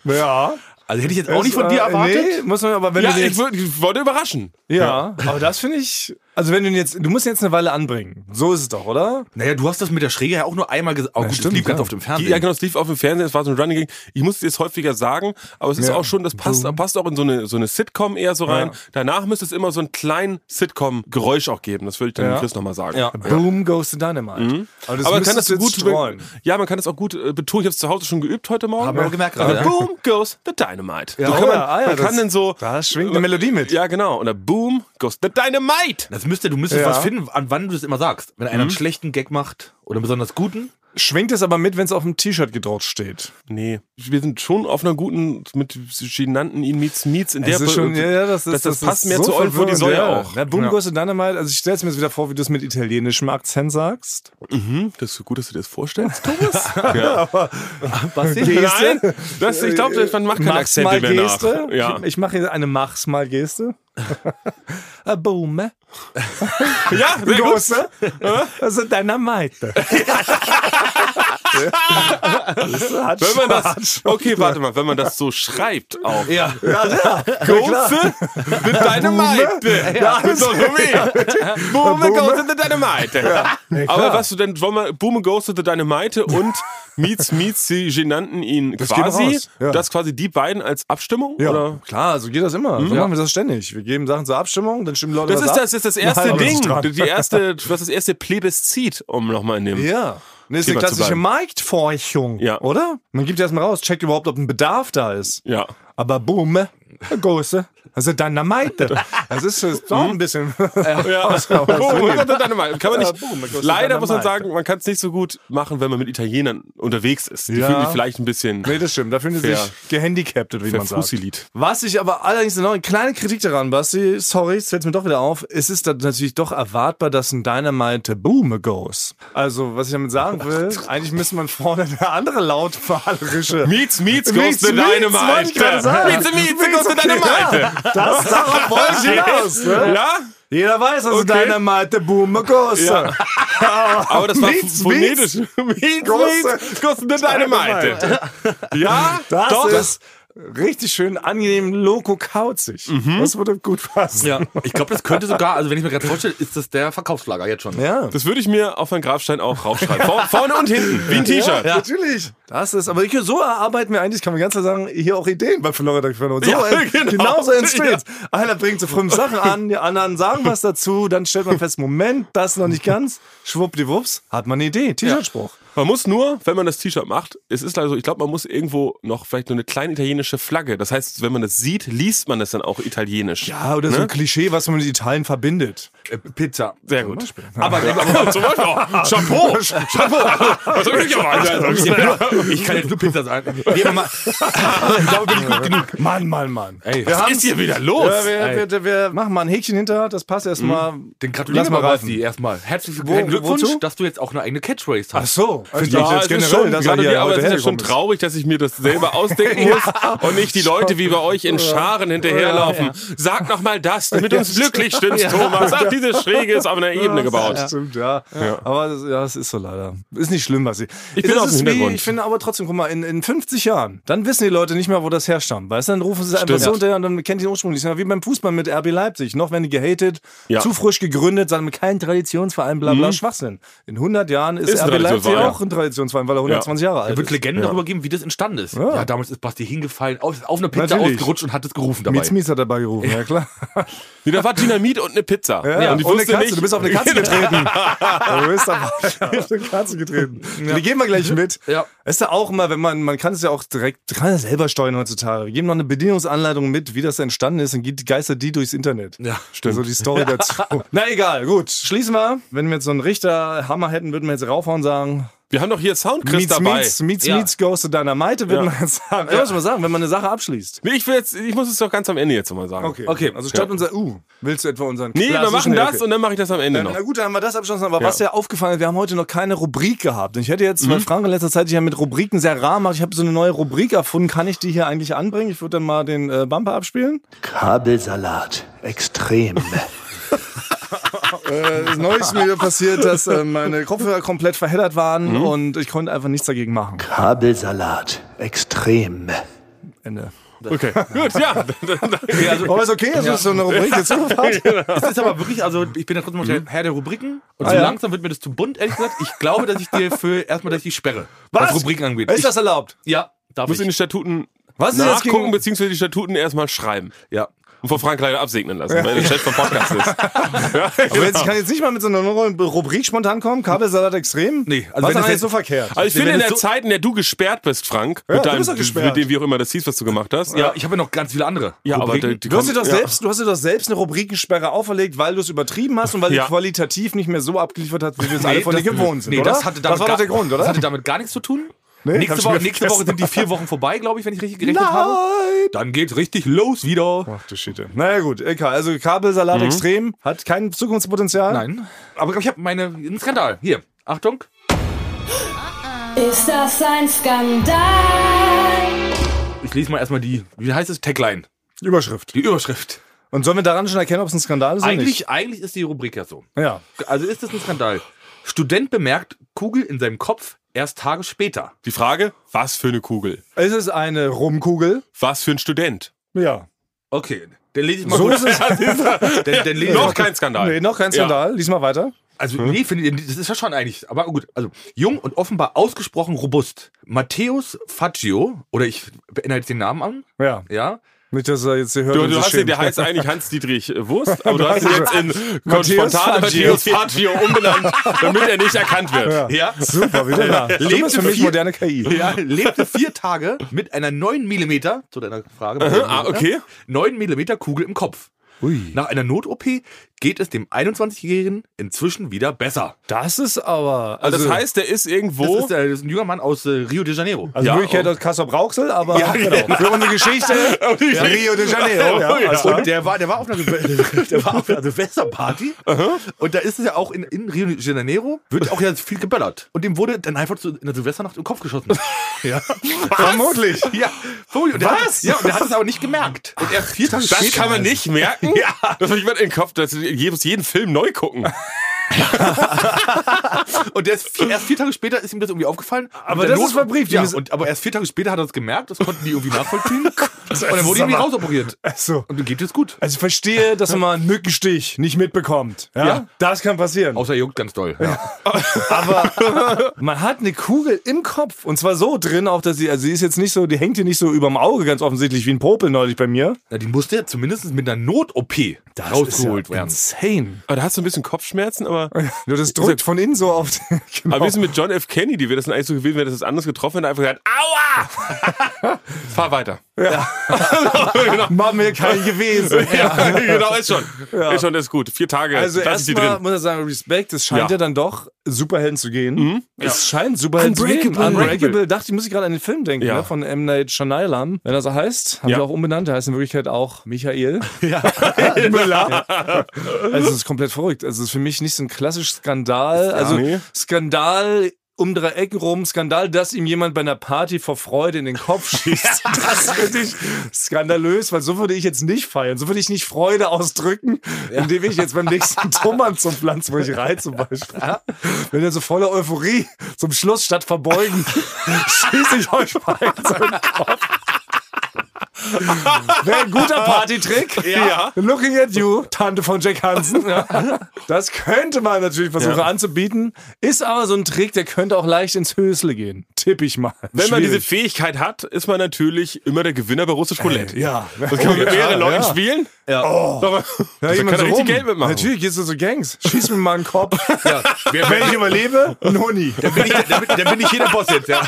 Speaker 2: Ja. Äh,
Speaker 1: Also hätte ich jetzt auch nicht von dir
Speaker 2: Nee,
Speaker 1: erwartet.
Speaker 2: muss man aber, wenn
Speaker 3: Ja,
Speaker 2: du
Speaker 3: ich,
Speaker 2: jetzt,
Speaker 3: würd, ich wollte überraschen.
Speaker 2: ja, aber das finde ich, also wenn du ihn jetzt, du musst ihn jetzt eine Weile anbringen. So ist es doch, oder?
Speaker 1: Naja, du hast das mit der Schräge ja auch nur einmal gesagt. Oh, gut,
Speaker 2: stimmt,
Speaker 1: das lief ganz
Speaker 2: ja.
Speaker 1: oft im
Speaker 3: Die,
Speaker 1: Fernsehen.
Speaker 3: ja, genau, es lief auf dem Fernsehen, es war so ein Running Gag. Ich musste es häufiger sagen, aber es ist
Speaker 2: Ja.
Speaker 3: auch schon, das passt,
Speaker 2: Boom.
Speaker 3: passt auch in so eine, so eine Sitcom eher so rein.
Speaker 2: Ja.
Speaker 3: Danach müsste es immer so einen kleinen Sitcom-Geräusch auch geben. Das würde ich dann
Speaker 2: Ja.
Speaker 3: Chris nochmal sagen.
Speaker 1: Ja.
Speaker 2: Boom goes the dynamite. Aber das
Speaker 3: Aber man
Speaker 2: müsstest
Speaker 3: kann das
Speaker 2: du
Speaker 3: so
Speaker 2: jetzt
Speaker 3: gut
Speaker 2: streuen.
Speaker 3: Ja, man kann das auch gut äh, betonen. Ich habe es zu Hause schon geübt heute Morgen.
Speaker 1: Haben wir auch gemerkt
Speaker 3: Aber
Speaker 1: gerade, ja.
Speaker 3: Boom goes the dynamite.
Speaker 2: Ja,
Speaker 3: so kann
Speaker 2: oh
Speaker 3: man,
Speaker 2: ja, ah ja,
Speaker 3: man
Speaker 2: das-
Speaker 3: kann dann so.
Speaker 2: da schwingt eine Melodie mit.
Speaker 3: Ja, genau. Und dann Boom goes the dynamite.
Speaker 1: Das müsste, du müsstest
Speaker 2: Ja. Mhm.
Speaker 1: was finden, an wann du das immer sagst. Wenn einer einen schlechten Gag macht oder einen besonders guten.
Speaker 2: Schwingt es aber mit, wenn es auf dem T-Shirt gedruckt steht.
Speaker 3: Nee, wir sind schon auf einer guten, mit genannten ihn meets meets in der äh,
Speaker 2: Es ist schon, ja, ja, das, ist,
Speaker 3: das, das, passt mehr zu euch, wo die
Speaker 2: verwirrend,
Speaker 3: Säule
Speaker 2: ja.
Speaker 3: auch.
Speaker 2: Ja, Boom
Speaker 3: Ja.
Speaker 2: goes the dynamite. Also ich stelle mir jetzt wieder vor, wie du es mit italienischem Akzent sagst.
Speaker 3: Mhm, das ist so gut, dass du dir das vorstellst, Thomas. ja.
Speaker 1: Basti?
Speaker 2: Geste?
Speaker 3: Nein, das, ich glaube, man macht keinen
Speaker 2: Mach's
Speaker 3: Akzent
Speaker 2: mal
Speaker 3: mehr nach.
Speaker 2: Geste.
Speaker 3: Ja.
Speaker 2: Ich, ich mache hier eine Mach's mal Geste. Ah, Boom.
Speaker 3: ja, sehr gut.
Speaker 2: Große. Das sind deiner Meite.
Speaker 3: Wenn man das, okay, warte mal, wenn man das so schreibt auch.
Speaker 1: Ja.
Speaker 3: Große mit Dynamite. Ja, mit so einem W. Boom,
Speaker 2: Boom.
Speaker 3: Ghost mit Dynamite. Aber was du denn, wollen wir Boom, Ghost mit Dynamite und Meets, Meets, sie genannten ihn
Speaker 2: Das geht
Speaker 3: quasi.
Speaker 2: raus, ja.
Speaker 3: Das quasi die beiden als Abstimmung?
Speaker 2: Ja,
Speaker 3: Oder? Mhm.
Speaker 2: klar, so geht das immer. So machen wir das ständig. Wir geben Sachen zur Abstimmung, dann stimmen Leute
Speaker 3: Das
Speaker 2: was
Speaker 3: ist
Speaker 2: ab.
Speaker 3: das, das ist das erste
Speaker 2: halten wir uns
Speaker 3: Ding,
Speaker 2: dran.
Speaker 3: die erste, was das erste Plebiszit, um nochmal in dem.
Speaker 2: Ja. Das ist eine
Speaker 3: Thema zu
Speaker 2: klassische
Speaker 3: bleiben.
Speaker 2: Marktforschung,
Speaker 3: Ja.
Speaker 2: oder? Man gibt erstmal raus, checkt überhaupt, ob ein Bedarf da ist.
Speaker 3: Ja.
Speaker 2: Aber boom, große, also deiner Meite. Das ist äh, doch ein bisschen.
Speaker 3: Mhm. Ja.
Speaker 2: aber das
Speaker 3: Boom,
Speaker 2: will ich.
Speaker 3: Gott, dann mal. Kann man
Speaker 2: Ja,
Speaker 3: nicht,
Speaker 2: boom, Gott, dann
Speaker 3: leider muss man
Speaker 2: mal.
Speaker 3: sagen, man kann es nicht so gut machen, wenn man mit Italienern unterwegs ist. Die
Speaker 2: Ja.
Speaker 3: fühlen sich vielleicht ein bisschen.
Speaker 2: Nee, das stimmt. Da fühlen sie
Speaker 3: Fair.
Speaker 2: sich gehandicaptet, wie man sagt.
Speaker 3: Verfusilit.
Speaker 2: Was ich aber allerdings noch eine kleine Kritik daran, Basti, sorry, es fällt mir doch wieder auf, es ist dann natürlich doch erwartbar, dass ein Dynamite Boom goes. Also, was ich damit sagen will, eigentlich müsste man vorne eine andere lautmalerische.
Speaker 3: Meets, meets, goes
Speaker 2: Meets,
Speaker 3: the
Speaker 2: meets,
Speaker 3: Dynamite.
Speaker 2: wollte ich gerade sagen.
Speaker 3: Meets, meets,
Speaker 2: Meets,
Speaker 3: goes the
Speaker 2: okay,
Speaker 3: Dynamite.
Speaker 2: Das darauf wollte ich hinaus. Ne?
Speaker 3: Ja?
Speaker 2: Jeder weiß, also
Speaker 3: Okay.
Speaker 2: Dynamite Boom goes.
Speaker 3: Ja. Aber das war
Speaker 2: Meets,
Speaker 3: phonetisch. Meets, meets, goes the Dynamite. Ja?
Speaker 2: Das
Speaker 3: Doch.
Speaker 2: ist richtig schön angenehm loko-kauzig.
Speaker 3: Mhm.
Speaker 2: Das würde gut passen.
Speaker 1: Ja, ich glaube, das könnte sogar, also wenn ich mir gerade vorstelle, ist das der Verkaufsschlager jetzt schon.
Speaker 2: Ja.
Speaker 3: Das würde ich mir auf meinen Grabstein auch raufschreiben. Vor, vorne und hinten, wie ein T-Shirt.
Speaker 2: Ja, natürlich. Das ist, aber ich, so erarbeiten wir eigentlich, kann man ganz klar sagen, hier auch Ideen bei Florida Quellen. So,
Speaker 3: Ja,
Speaker 2: äh,
Speaker 3: genau.
Speaker 2: Genauso entsteht. Einer bringt so fünf Sachen an, die anderen sagen was dazu, dann stellt man fest, Moment, das noch nicht ganz. Schwuppdiwupps, hat man eine Idee. T-Shirt-Spruch.
Speaker 3: Man muss nur, wenn man das T-Shirt macht, es ist leider so, ich glaube, man muss irgendwo noch vielleicht nur eine kleine italienische Flagge. Das heißt, wenn man das sieht, liest man das dann auch italienisch.
Speaker 2: Ja, Ah, oder
Speaker 3: Ne?
Speaker 2: so ein Klischee, was man mit Italien verbindet.
Speaker 1: Äh, Pizza.
Speaker 3: Sehr gut. Aber, aber zum Beispiel auch. Chapeau. Chapeau. Was soll ich
Speaker 1: Ich,
Speaker 3: machen?
Speaker 1: kann jetzt nur Pizza sagen. Nee, aber mal, ich glaube, bin ich gut genug.
Speaker 2: Mann, Mann, Mann.
Speaker 1: Ey,
Speaker 3: Was ist hier wieder los?
Speaker 2: Ja, wir,
Speaker 1: Ey.
Speaker 2: wir, wir, wir machen mal ein Häkchen hinter, das
Speaker 3: Mhm.
Speaker 2: passt erstmal.
Speaker 1: den gratulieren
Speaker 2: Lass mal
Speaker 1: wir
Speaker 2: reifen.
Speaker 1: Ralfi erstmal. Herzlichen
Speaker 2: Wo-
Speaker 1: Glückwunsch,
Speaker 2: wozu?
Speaker 1: dass du jetzt auch eine eigene Catchphrase
Speaker 2: Ach
Speaker 1: hast.
Speaker 2: so, also
Speaker 3: Ja, es ist schon, gerade die, aber es ist ja schon traurig, dass ich mir das selber ausdenken muss und nicht die Leute wie bei euch in Scharen hinterherlaufen. Sag noch mal das, damit du uns glücklich stimmst, Thomas. Sag, diese Schräge ist auf einer Ebene gebaut.
Speaker 2: Das stimmt, ja. Aber das, ja, das ist so leider. Ist nicht schlimm, was ich.
Speaker 3: Ich bin
Speaker 2: Es
Speaker 3: auf dem
Speaker 2: ist wie,
Speaker 3: Hintergrund.
Speaker 2: Ich finde aber trotzdem, guck mal, in, in 50 Jahren, dann wissen die Leute nicht mehr, wo das herstammt. Weißt du, dann rufen sie es einfach
Speaker 3: Stimmt.
Speaker 2: so hinterher und dann kennt die den Ursprung nicht. Ist ja Wie beim Fußball mit RB Leipzig. Noch werden die gehatet,
Speaker 3: Ja. Mhm.
Speaker 2: zu frisch gegründet, sagen wir kein Traditionsverein, bla bla, Schwachsinn. In 100 Jahren ist,
Speaker 3: Ist ein
Speaker 2: RB Leipzig
Speaker 3: Traditionsverein,
Speaker 2: auch ein Traditionsverein, weil er 120 Jahre
Speaker 1: Da
Speaker 2: alt
Speaker 1: wird
Speaker 2: ist.
Speaker 1: Legenden darüber geben, wie das entstanden ist. Ja, damals ist Basti hingefallen, auf, auf eine Pizza
Speaker 2: Natürlich.
Speaker 1: ausgerutscht und hat es gerufen dabei.
Speaker 2: Mietz Mies hat dabei gerufen, ja klar.
Speaker 3: Nee, da war Dynamit und eine Pizza.
Speaker 2: Ja, und
Speaker 3: und
Speaker 2: eine
Speaker 3: ich wusste
Speaker 2: Katze,
Speaker 3: nicht-
Speaker 2: du bist auf eine Katze getreten. du bist auf eine Katze getreten. Die gehen wir gleich mit.
Speaker 1: Ja.
Speaker 2: Ist ja auch immer, wenn man, man kann es ja auch direkt, kann es selber steuern heutzutage. Wir geben noch eine Bedienungsanleitung mit, wie das entstanden ist und geht- geistert die durchs Internet.
Speaker 1: Ja,
Speaker 2: stimmt. So die Story dazu. Na egal, gut. Schließen wir. Wenn wir jetzt so einen Richterhammer hätten, würden wir jetzt raufhauen und sagen,
Speaker 3: Wir haben doch hier Soundchris
Speaker 2: Meets,
Speaker 3: dabei.
Speaker 2: Meets, Meets,
Speaker 1: Ja.
Speaker 2: Meets goes to Dynamite, würden
Speaker 3: Ja.
Speaker 2: wir jetzt sagen. Ja, was man sagen, wenn man eine Sache abschließt.
Speaker 3: Nee, ich, will jetzt, ich muss es doch ganz am Ende jetzt mal sagen.
Speaker 1: Okay.
Speaker 2: Also statt unser, uh, willst du etwa unseren
Speaker 3: Nee, wir
Speaker 2: klassischen-
Speaker 3: machen das
Speaker 2: Okay.
Speaker 3: und dann mache ich das am Ende noch.
Speaker 2: Na gut, dann haben wir das abgeschlossen. Aber was ja aufgefallen ist, wir haben heute noch keine Rubrik gehabt. Und ich hätte jetzt, weil Frank in letzter Zeit ja mit Rubriken sehr rar macht, ich habe so eine neue Rubrik erfunden. Kann ich die hier eigentlich anbringen? Ich würde dann mal den äh, Bumper abspielen.
Speaker 4: Kabelsalat. Extrem.
Speaker 2: Äh, das Neues ist mir wieder passiert, dass äh, meine Kopfhörer komplett verheddert waren und ich konnte einfach nichts dagegen machen.
Speaker 4: Kabelsalat. Extrem.
Speaker 2: Ende.
Speaker 3: Okay, gut, ja.
Speaker 1: Okay, also,
Speaker 2: Aber ist okay, das ist so eine Rubrik jetzt zugefasst.
Speaker 1: Es ist aber wirklich, also ich bin ja trotzdem noch der Herr der Rubriken und so
Speaker 2: ja.
Speaker 1: langsam wird mir das zu bunt, ehrlich gesagt. Ich glaube, dass ich dir für erstmal, dass ich die sperre, was, Rubriken angeht.
Speaker 2: Ist
Speaker 1: ich,
Speaker 2: das erlaubt?
Speaker 1: ja, darf
Speaker 3: muss in die
Speaker 1: ich.
Speaker 3: Statuten
Speaker 2: Was ist jetzt
Speaker 3: nachgucken,
Speaker 2: gegen...
Speaker 3: beziehungsweise die Statuten erstmal schreiben.
Speaker 1: Ja.
Speaker 3: Und von Frank leider absegnen lassen, weil der Chef vom Podcast ist. ja,
Speaker 2: Aber
Speaker 3: genau.
Speaker 2: jetzt, ich kann jetzt nicht mal mit so einer neuen Rubrik spontan kommen. Kabelsalat extrem?
Speaker 1: Nee, also
Speaker 2: also
Speaker 1: wenn
Speaker 2: was
Speaker 1: das
Speaker 2: ist eigentlich
Speaker 1: jetzt-
Speaker 2: so verkehrt?
Speaker 3: Also ich finde,
Speaker 1: Wenn
Speaker 3: in
Speaker 1: es
Speaker 3: der
Speaker 1: so-
Speaker 3: Zeit, in der du gesperrt bist, Frank,
Speaker 2: du
Speaker 3: mit, deinem,
Speaker 2: bist doch gesperrt.
Speaker 3: mit dem, wie auch immer das hieß, was du gemacht hast.
Speaker 1: Ja, ich habe ja noch ganz viele andere.
Speaker 3: Ja, aber
Speaker 1: Rubriken.
Speaker 3: die, die
Speaker 2: Du hast, dir doch
Speaker 3: ja.
Speaker 2: selbst, du hast dir doch selbst eine Rubrikensperre auferlegt, weil du es übertrieben hast und weil
Speaker 3: Ja.
Speaker 2: du qualitativ nicht mehr so abgeliefert hast, wie wir es alle von dir
Speaker 1: das-
Speaker 2: gewohnt sind.
Speaker 1: Nee,
Speaker 2: oder?
Speaker 1: das, hatte damit
Speaker 2: war doch
Speaker 1: gar-
Speaker 2: der Grund,
Speaker 1: Das
Speaker 2: oder?
Speaker 1: hatte damit gar nichts zu tun.
Speaker 2: hab
Speaker 1: nächste,
Speaker 2: ich
Speaker 1: Woche,
Speaker 2: mir
Speaker 1: nächste Woche
Speaker 2: vergessen.
Speaker 1: sind die vier Wochen vorbei, glaube ich, wenn ich richtig gerechnet habe.
Speaker 2: Nein!
Speaker 1: Dann geht's richtig los wieder.
Speaker 2: Ach du Schiete. Naja gut, egal. Also Kabelsalat extrem hat kein Zukunftspotenzial.
Speaker 1: Mhm. Nein. Aber ich habe meine. Ein Skandal. Hier. Achtung.
Speaker 5: Ist das ein Skandal?
Speaker 1: Ich lese mal erstmal die. Wie heißt es? Tagline.
Speaker 2: Überschrift.
Speaker 1: Die Überschrift.
Speaker 2: Und sollen wir daran schon erkennen, ob es ein Skandal ist
Speaker 1: Eigentlich, eigentlich ist die Rubrik ja so.
Speaker 2: oder nicht?
Speaker 1: Also ist das ein Skandal. Student bemerkt Kugel in seinem Kopf erst Tage später.
Speaker 3: Die Frage, was für eine Kugel?
Speaker 2: Ja. Ist es eine Rumkugel?
Speaker 3: Was für ein Student?
Speaker 2: Ja.
Speaker 1: Okay. Dann lese ich mal
Speaker 2: So
Speaker 1: kurz.
Speaker 2: ist es.
Speaker 1: Dann, dann lese ich
Speaker 3: Noch
Speaker 1: mal-
Speaker 3: kein Skandal.
Speaker 2: Nee, noch kein Skandal. Lies mal weiter.
Speaker 1: Also, nee, finde ich, das ist ja schon eigentlich. Aber gut, also jung und offenbar ausgesprochen robust. Matthäus Faggio, oder ich beende jetzt den Namen an,
Speaker 2: Ja.
Speaker 1: ja.
Speaker 2: Nicht, dass er jetzt hier hört
Speaker 3: Du,
Speaker 2: und
Speaker 3: du
Speaker 2: sich
Speaker 3: hast den,
Speaker 2: schämt.
Speaker 3: der heißt eigentlich Hans-Dietrich Wurst, aber du hast ihn
Speaker 2: Weißt
Speaker 3: jetzt
Speaker 2: du,
Speaker 3: in
Speaker 2: Matthäus
Speaker 3: spontane
Speaker 2: Fangio.
Speaker 3: Matthäus Fatio umbenannt, damit er nicht erkannt wird.
Speaker 1: Ja.
Speaker 2: Super, wieder da. Lebt
Speaker 1: Lebte
Speaker 2: für mich
Speaker 1: viel-
Speaker 2: moderne KI.
Speaker 1: Ja, lebte vier Tage mit einer 9 mm, zu deiner Frage.
Speaker 3: Ah, okay.
Speaker 1: 9 mm Kugel im Kopf. Nach einer Not-OP geht es dem 21-Jährigen inzwischen wieder besser.
Speaker 2: Das ist aber.
Speaker 3: Also, das heißt, der ist irgendwo.
Speaker 1: Das ist, äh, das ist ein junger Mann aus äh, Rio de Janeiro.
Speaker 2: Also
Speaker 3: Ja,
Speaker 2: Möglichkeit aus Kassel Brauxel, aber genau. für unsere Geschichte Rio de Janeiro. Ja, alles klar.
Speaker 1: Und der war, der war auf einer, der war auf einer Silvesterparty. Und da ist es ja auch in, in Rio de Janeiro, wird auch ja viel geböllert. Und dem wurde dann einfach so in der Silvesternacht im Kopf geschossen. ja.
Speaker 2: Vermutlich.
Speaker 1: Ja, Fui, und der
Speaker 2: Was?
Speaker 1: Hat, ja, und der hat es aber nicht gemerkt. Und erst vier Tage
Speaker 3: Das
Speaker 1: später.
Speaker 3: kann man nicht merken.
Speaker 1: Ja.
Speaker 3: Das hat jemand in den Kopf, dass ich muss jeden Film neu gucken.
Speaker 1: Und der ist vier, erst vier Tage später ist ihm das irgendwie aufgefallen.
Speaker 2: Aber
Speaker 1: Und
Speaker 2: das
Speaker 1: der
Speaker 2: ist verbrieft.
Speaker 1: Ja,
Speaker 2: Die-
Speaker 1: und, aber erst vier Tage später hat er es gemerkt, das konnten die irgendwie nachvollziehen. und dann wurde
Speaker 2: ist
Speaker 1: ihm die
Speaker 2: aber-
Speaker 1: rausoperiert.
Speaker 2: Achso.
Speaker 1: Und dann geht es gut.
Speaker 2: Also ich verstehe, dass man einen Mückenstich nicht mitbekommt. Ja,
Speaker 1: Ja.
Speaker 2: das kann passieren.
Speaker 1: Außer er juckt ganz doll. Ja.
Speaker 2: Aber man hat eine Kugel im Kopf und zwar so drin, auch dass sie, also sie ist jetzt nicht so, die hängt hier nicht so überm Auge ganz offensichtlich wie ein Popel neulich bei mir.
Speaker 1: Na, die musste ja zumindest mit einer Not-OP rausgeholt
Speaker 2: ja
Speaker 1: werden.
Speaker 2: Insane.
Speaker 3: Aber da hast du ein bisschen Kopfschmerzen, aber.
Speaker 2: Nur das drückt von innen so auf. den- genau.
Speaker 3: Aber wir sind mit John F. Kennedy, wäre das denn eigentlich so gewesen, wäre das anders getroffen, hätte er einfach gesagt, aua! Fahr weiter.
Speaker 1: Genau.
Speaker 2: War mir kein gewesen.
Speaker 3: Ja, genau, ist schon. Ist schon, das ist gut. Vier Tage,
Speaker 2: Also
Speaker 3: lass ich die
Speaker 2: erstmal
Speaker 3: drin.
Speaker 2: muss ich sagen, Respekt, es scheint ja,
Speaker 3: Ja. Mhm.
Speaker 2: dann doch Superhelden zu gehen. Es scheint Superhelden zu gehen.
Speaker 3: Unbreakable.
Speaker 2: Unbreakable. Dachte ich, muss ich gerade an den Film denken,
Speaker 3: Ja.
Speaker 2: ne? von M. Night Shyamalan. Wenn er so heißt, haben
Speaker 3: Ja.
Speaker 2: wir auch umbenannt. Der heißt in Wirklichkeit auch Michael. Ja. Müller. Also es ist komplett verrückt. Also es ist für mich nicht so ein klassischer Skandal. Also
Speaker 3: nee.
Speaker 2: Skandal um drei Ecken rum, Skandal, dass ihm jemand bei einer Party vor Freude in den Kopf schießt. Das finde ich skandalös, weil so würde ich jetzt nicht feiern. So würde ich nicht Freude ausdrücken, indem ich jetzt beim nächsten Tummern zum Pflanz, wo ich rei zum Beispiel. Wenn er so voller Euphorie zum Schluss statt verbeugen, schieße ich euch beiden so in den Kopf. Wäre ein guter Partytrick.
Speaker 3: Ja.
Speaker 2: Looking at you, Tante von Jack Hansen. Das könnte man natürlich versuchen
Speaker 3: Ja.
Speaker 2: anzubieten. Ist aber so ein Trick, der könnte auch leicht ins Hösle gehen. Tipp ich mal.
Speaker 3: Wenn man diese
Speaker 2: Schwierig.
Speaker 3: Fähigkeit hat, ist man natürlich immer der Gewinner bei Russisch Roulette.
Speaker 2: Ja.
Speaker 3: Das kann man mit mehreren Leuten
Speaker 2: ja.
Speaker 3: spielen. Ja. Oh. Da
Speaker 2: Ja,
Speaker 3: kann
Speaker 2: jemand
Speaker 3: er
Speaker 2: so
Speaker 3: richtig
Speaker 2: rum.
Speaker 3: Geld mitmachen.
Speaker 2: Natürlich gehst du so Gangs. Schieß mir mal einen Kopf.
Speaker 1: Wer,
Speaker 2: Wenn ich überlebe, Noni.
Speaker 1: dann, bin ich, dann, bin, dann bin ich hier der Boss jetzt, ja.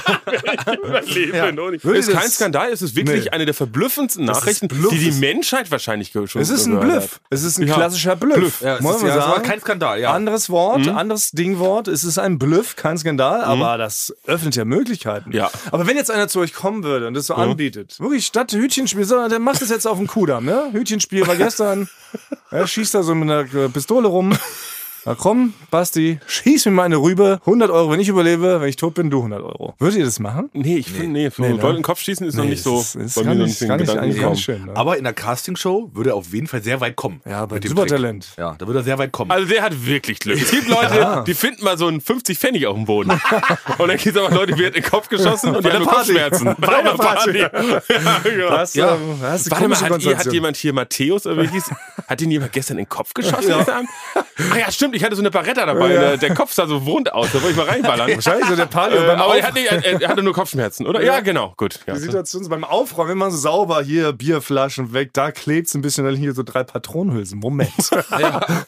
Speaker 3: Leben, oder nicht?
Speaker 2: Würde
Speaker 3: Ist kein
Speaker 2: das-
Speaker 3: Skandal, es ist wirklich
Speaker 2: Nee.
Speaker 3: eine der verblüffendsten Nachrichten,
Speaker 2: Bluff.
Speaker 3: die die Menschheit wahrscheinlich ge- schon
Speaker 2: Es ist ein
Speaker 3: gehört
Speaker 2: Bluff. Es ist ein klassischer Bluff.
Speaker 1: Ja, es
Speaker 2: Wollen
Speaker 1: ist,
Speaker 2: wir
Speaker 1: ja, es war
Speaker 2: sagen?
Speaker 1: kein Skandal, ja. Mhm.
Speaker 2: Anderes Wort, anderes Dingwort. Es ist ein Bluff, kein Skandal, aber das öffnet ja Möglichkeiten.
Speaker 3: Ja.
Speaker 2: Aber wenn jetzt einer zu euch kommen würde und das so anbietet, wirklich statt Hütchenspiel, sondern der macht das jetzt auf dem Kudamm, ne? Hütchenspiel war gestern. er schießt da so mit einer äh, Pistole rum. Na komm, Basti, schieß mir mal eine Rübe. 100 Euro, wenn ich überlebe. Wenn ich tot bin, du 100 Euro. Würdet ihr das machen?
Speaker 3: Nee, ich finde, nee, nee,
Speaker 2: ne?
Speaker 3: Leute in den Kopf schießen ist noch nicht so
Speaker 2: Das ist
Speaker 3: bei
Speaker 2: gar
Speaker 3: mir noch
Speaker 2: nicht,
Speaker 3: in den
Speaker 2: gar nicht,
Speaker 3: Gedanken
Speaker 2: eigentlich gar
Speaker 3: gekommen.
Speaker 2: nicht schön. Ne?
Speaker 1: Aber in der Castingshow würde er auf jeden Fall sehr weit kommen.
Speaker 2: Ja, bei
Speaker 1: Mit dem
Speaker 2: Supertalent.
Speaker 1: Trick. Ja, da würde er sehr weit kommen.
Speaker 3: Also der hat wirklich Glück. Es gibt Leute, die finden mal so einen 50 Pfennig auf dem Boden. Und dann gibt es aber Leute, die werden in den Kopf geschossen und die
Speaker 2: der
Speaker 3: haben nur
Speaker 2: Party.
Speaker 3: Kopfschmerzen. Bei einer Party. Ja, genau.
Speaker 2: Das,
Speaker 1: Ja.
Speaker 2: ähm, das ist eine
Speaker 3: Warte
Speaker 2: komische
Speaker 3: mal, hat, hat
Speaker 2: Konstellation.
Speaker 3: jemand hier Matthäus, oder wie hieß, hat den jemand gestern in den Kopf geschossen? gestern Abend? Ach ja, stimmt, ich hatte so eine Baretta dabei.
Speaker 2: Ja.
Speaker 3: Der, der Kopf sah so wund aus, da wollte ich mal reinballern.
Speaker 2: Wahrscheinlich so der Palio
Speaker 3: Äh,
Speaker 2: beim
Speaker 3: aber er
Speaker 2: Auf-
Speaker 3: hatte, er, er hatte nur Kopfschmerzen, oder? Ja, genau, gut. Ja.
Speaker 2: Die Situation so beim Aufräumen immer so sauber, hier Bierflaschen weg, da klebt's ein bisschen, dann hier so drei Patronenhülsen. Moment.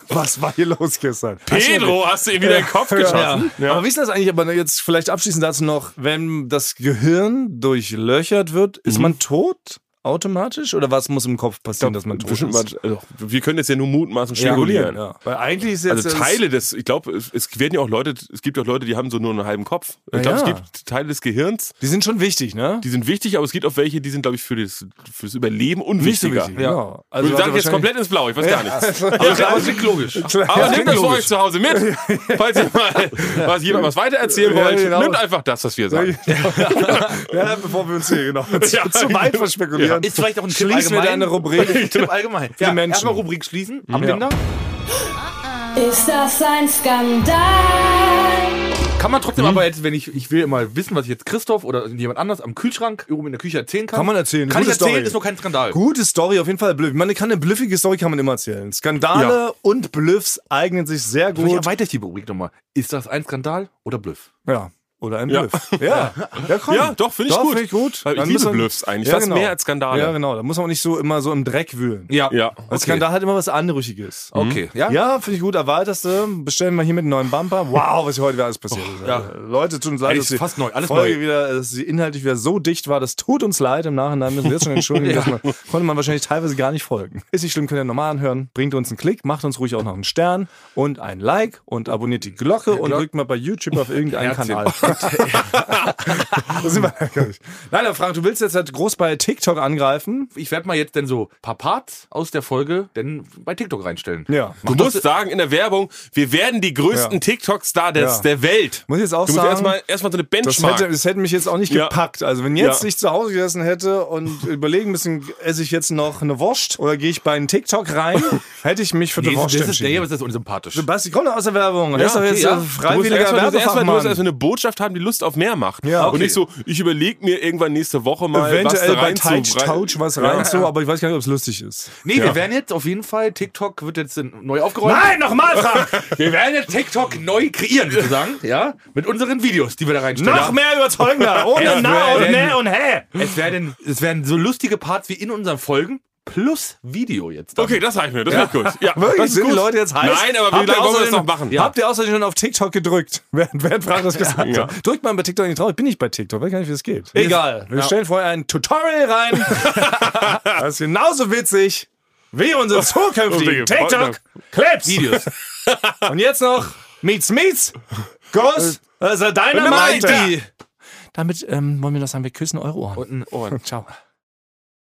Speaker 2: Was war hier los gestern?
Speaker 3: Pedro hast du ihm wieder in den Kopf geschossen.
Speaker 2: Ja. Aber wie ist das eigentlich, aber jetzt vielleicht abschließend dazu noch, wenn das Gehirn durchlöchert wird, ist man tot automatisch oder was muss im Kopf passieren, dass man tot
Speaker 3: Bestimmt mal,
Speaker 2: ist?
Speaker 3: also, wir können jetzt ja nur mutmaßen spekulieren.
Speaker 2: Ja. Weil eigentlich ist jetzt
Speaker 3: Also
Speaker 2: das-
Speaker 3: Teile des, ich glaube, es- es werden ja auch Leute, es gibt ja auch Leute, die haben so nur einen halben Kopf.
Speaker 2: Ja,
Speaker 3: Ich glaube,
Speaker 2: ja.
Speaker 3: es gibt Teile des Gehirns,
Speaker 2: die sind schon wichtig, ne?
Speaker 3: die sind wichtig, aber es gibt auch welche, die sind, glaube ich, für das, fürs Überleben unwichtiger.
Speaker 2: Ja.
Speaker 3: Also ich
Speaker 2: hat er
Speaker 3: sage jetzt
Speaker 2: genau. wahrscheinlich- Also-
Speaker 3: komplett ins Blaue, ich weiß gar nichts.
Speaker 1: Aber das klingt logisch.
Speaker 3: Aber
Speaker 2: Ja,
Speaker 3: nehmt das für euch zu Hause mit. Falls ihr mal was, jemand was weitererzählen
Speaker 2: Ja,
Speaker 3: wollt,
Speaker 2: genau.
Speaker 3: nehmt einfach das, was wir sagen.
Speaker 2: ja, bevor wir uns hier genau zu,
Speaker 3: Ja,
Speaker 2: zu weit
Speaker 3: genau.
Speaker 2: verspekulieren.
Speaker 1: Ist vielleicht auch ein Tipp
Speaker 2: Schließen wir
Speaker 1: allgemein.
Speaker 2: deine Rubrik.
Speaker 1: Tipp allgemein.
Speaker 2: Für Menschen.
Speaker 1: Erstmal Rubrik schließen, Abbinder.
Speaker 5: Ist das ein Skandal?
Speaker 1: Kann man trotzdem aber jetzt, wenn ich, ich will immer wissen, was ich jetzt Christoph oder jemand anders am Kühlschrank oben in der Küche erzählen kann.
Speaker 2: Kann man erzählen,
Speaker 1: Kann ich
Speaker 2: gute
Speaker 1: erzählen,
Speaker 2: Story.
Speaker 1: ist nur kein Skandal.
Speaker 2: Gute Story, auf jeden Fall. Blöff. Man kann eine blüffige Story kann man immer erzählen. Skandale und Blöffs eignen sich sehr
Speaker 1: Vielleicht
Speaker 2: gut.
Speaker 1: erweitere ich die Rubrik nochmal. Ist das ein Skandal oder Bluff?
Speaker 2: Ja. Oder ein
Speaker 3: Ja.
Speaker 2: Bluff. Ja, ja, komm.
Speaker 3: Ja, doch, finde ich gut.
Speaker 2: Finde ich gut.
Speaker 3: Weil ich
Speaker 2: Dann
Speaker 3: liebe
Speaker 2: müssen wir-
Speaker 3: Bluffs eigentlich, fast mehr als Skandale.
Speaker 2: Ja, genau. Da muss man auch nicht so immer so im Dreck wühlen.
Speaker 3: Ja. Mhm.
Speaker 2: Ein Skandal hat immer was Anrüchiges.
Speaker 1: Okay, ja?
Speaker 2: Ja, finde ich gut. Erweiterste. Bestellen wir hier mit einem neuen Bumper. Wow, was hier heute wieder alles passiert ist.
Speaker 1: Oh,
Speaker 2: Äh,
Speaker 1: ja.
Speaker 2: Leute, tut uns leid,
Speaker 1: Ey,
Speaker 2: dass
Speaker 1: ist
Speaker 2: die
Speaker 1: fast neu, alles
Speaker 2: Folge
Speaker 1: neu.
Speaker 2: wieder, dass sie inhaltlich wieder so dicht war. Das tut uns leid. Im Nachhinein müssen wir jetzt schon entschuldigen. dass man, konnte man wahrscheinlich teilweise gar nicht folgen. Ist nicht schlimm, könnt ihr normal anhören. Bringt uns einen Klick, macht uns ruhig auch noch einen Stern und ein Like und abonniert die Glocke und
Speaker 1: Glock-
Speaker 2: drückt mal bei YouTube auf irgendeinen
Speaker 1: Herzchen.
Speaker 2: Kanal. Da sind wir ja gar nicht. Nein, aber Frank, du willst jetzt halt groß bei TikTok angreifen.
Speaker 1: Ich werde mal jetzt denn so ein paar Parts aus der Folge denn bei TikTok reinstellen.
Speaker 2: Ja.
Speaker 3: Du musst sagen in der Werbung, wir werden die größten
Speaker 2: Ja.
Speaker 3: TikTok-Star des,
Speaker 2: Ja.
Speaker 3: der Welt.
Speaker 2: Muss ich jetzt auch
Speaker 3: du musst
Speaker 2: sagen,
Speaker 3: erstmal erstmal so eine
Speaker 2: Das
Speaker 3: Benchmark.
Speaker 2: hätte, das hätte mich jetzt auch nicht
Speaker 3: Ja.
Speaker 2: gepackt. Also wenn jetzt
Speaker 3: Ja.
Speaker 2: ich zu Hause gesessen hätte und überlegen müssen, esse ich jetzt noch eine Wurst oder gehe ich bei einen TikTok rein, hätte ich mich für die
Speaker 1: Nee, das
Speaker 2: Wurst
Speaker 1: ist, nee, aber
Speaker 2: entschieden.
Speaker 1: das ist unsympathisch.
Speaker 2: Basti, komm doch aus der Werbung. das ist doch
Speaker 1: okay,
Speaker 2: jetzt
Speaker 1: ja.
Speaker 2: ja.
Speaker 1: Du musst
Speaker 3: Du musst
Speaker 2: freiwilliger
Speaker 3: erstmal- du musst erstmal du musst
Speaker 2: Werbefachmann.
Speaker 3: erstmal eine Botschaft haben, die Lust auf mehr macht.
Speaker 2: Ja,
Speaker 3: Und
Speaker 2: okay.
Speaker 3: nicht so, ich überlege mir irgendwann nächste Woche mal was da
Speaker 2: Eventuell bei
Speaker 3: rein zu-
Speaker 2: Touch Touch was rein
Speaker 3: Ja.
Speaker 2: so, aber ich weiß gar nicht, ob es lustig ist.
Speaker 1: Nee, wir werden jetzt auf jeden Fall, TikTok wird jetzt neu aufgeräumt.
Speaker 2: nochmal, Frank!
Speaker 1: Wir werden jetzt TikTok neu kreieren, sozusagen. ja? Mit unseren Videos, die wir da reinstellen.
Speaker 2: Noch mehr überzeugender, ohne
Speaker 1: Es
Speaker 2: Na und
Speaker 1: werden-
Speaker 2: Ne und Hä.
Speaker 1: Es werden, es werden so lustige Parts wie in unseren Folgen plus Video jetzt. dann.
Speaker 3: Okay, das reicht mir, das wird gut. Ja,
Speaker 2: Wirklich?
Speaker 3: das ist
Speaker 2: Sind
Speaker 3: gut.
Speaker 2: die Leute jetzt heiß?
Speaker 3: Nein, aber wie
Speaker 2: Habt ihr
Speaker 3: lange wollen wir das
Speaker 2: außerdem-
Speaker 3: noch machen?
Speaker 1: Ja.
Speaker 2: Habt ihr außerdem schon auf TikTok gedrückt? Während, während Frank das gesagt
Speaker 3: Ja.
Speaker 2: hat. Drückt mal bei TikTok nicht drauf. Ich bin nicht bei TikTok. Weiß gar nicht, wie das geht. Egal. Wir stellen vorher ein Tutorial rein. das ist genauso witzig wie unsere zukünftigen
Speaker 3: Okay,
Speaker 2: TikTok Clips. Videos.
Speaker 3: ne?
Speaker 2: Und jetzt noch Meets Meets. Goss. Also deine
Speaker 3: Dynamite.
Speaker 2: Damit ähm, wollen wir das sagen. Wir küssen eure Ohren.
Speaker 1: Und ein Ohren.
Speaker 2: Ciao.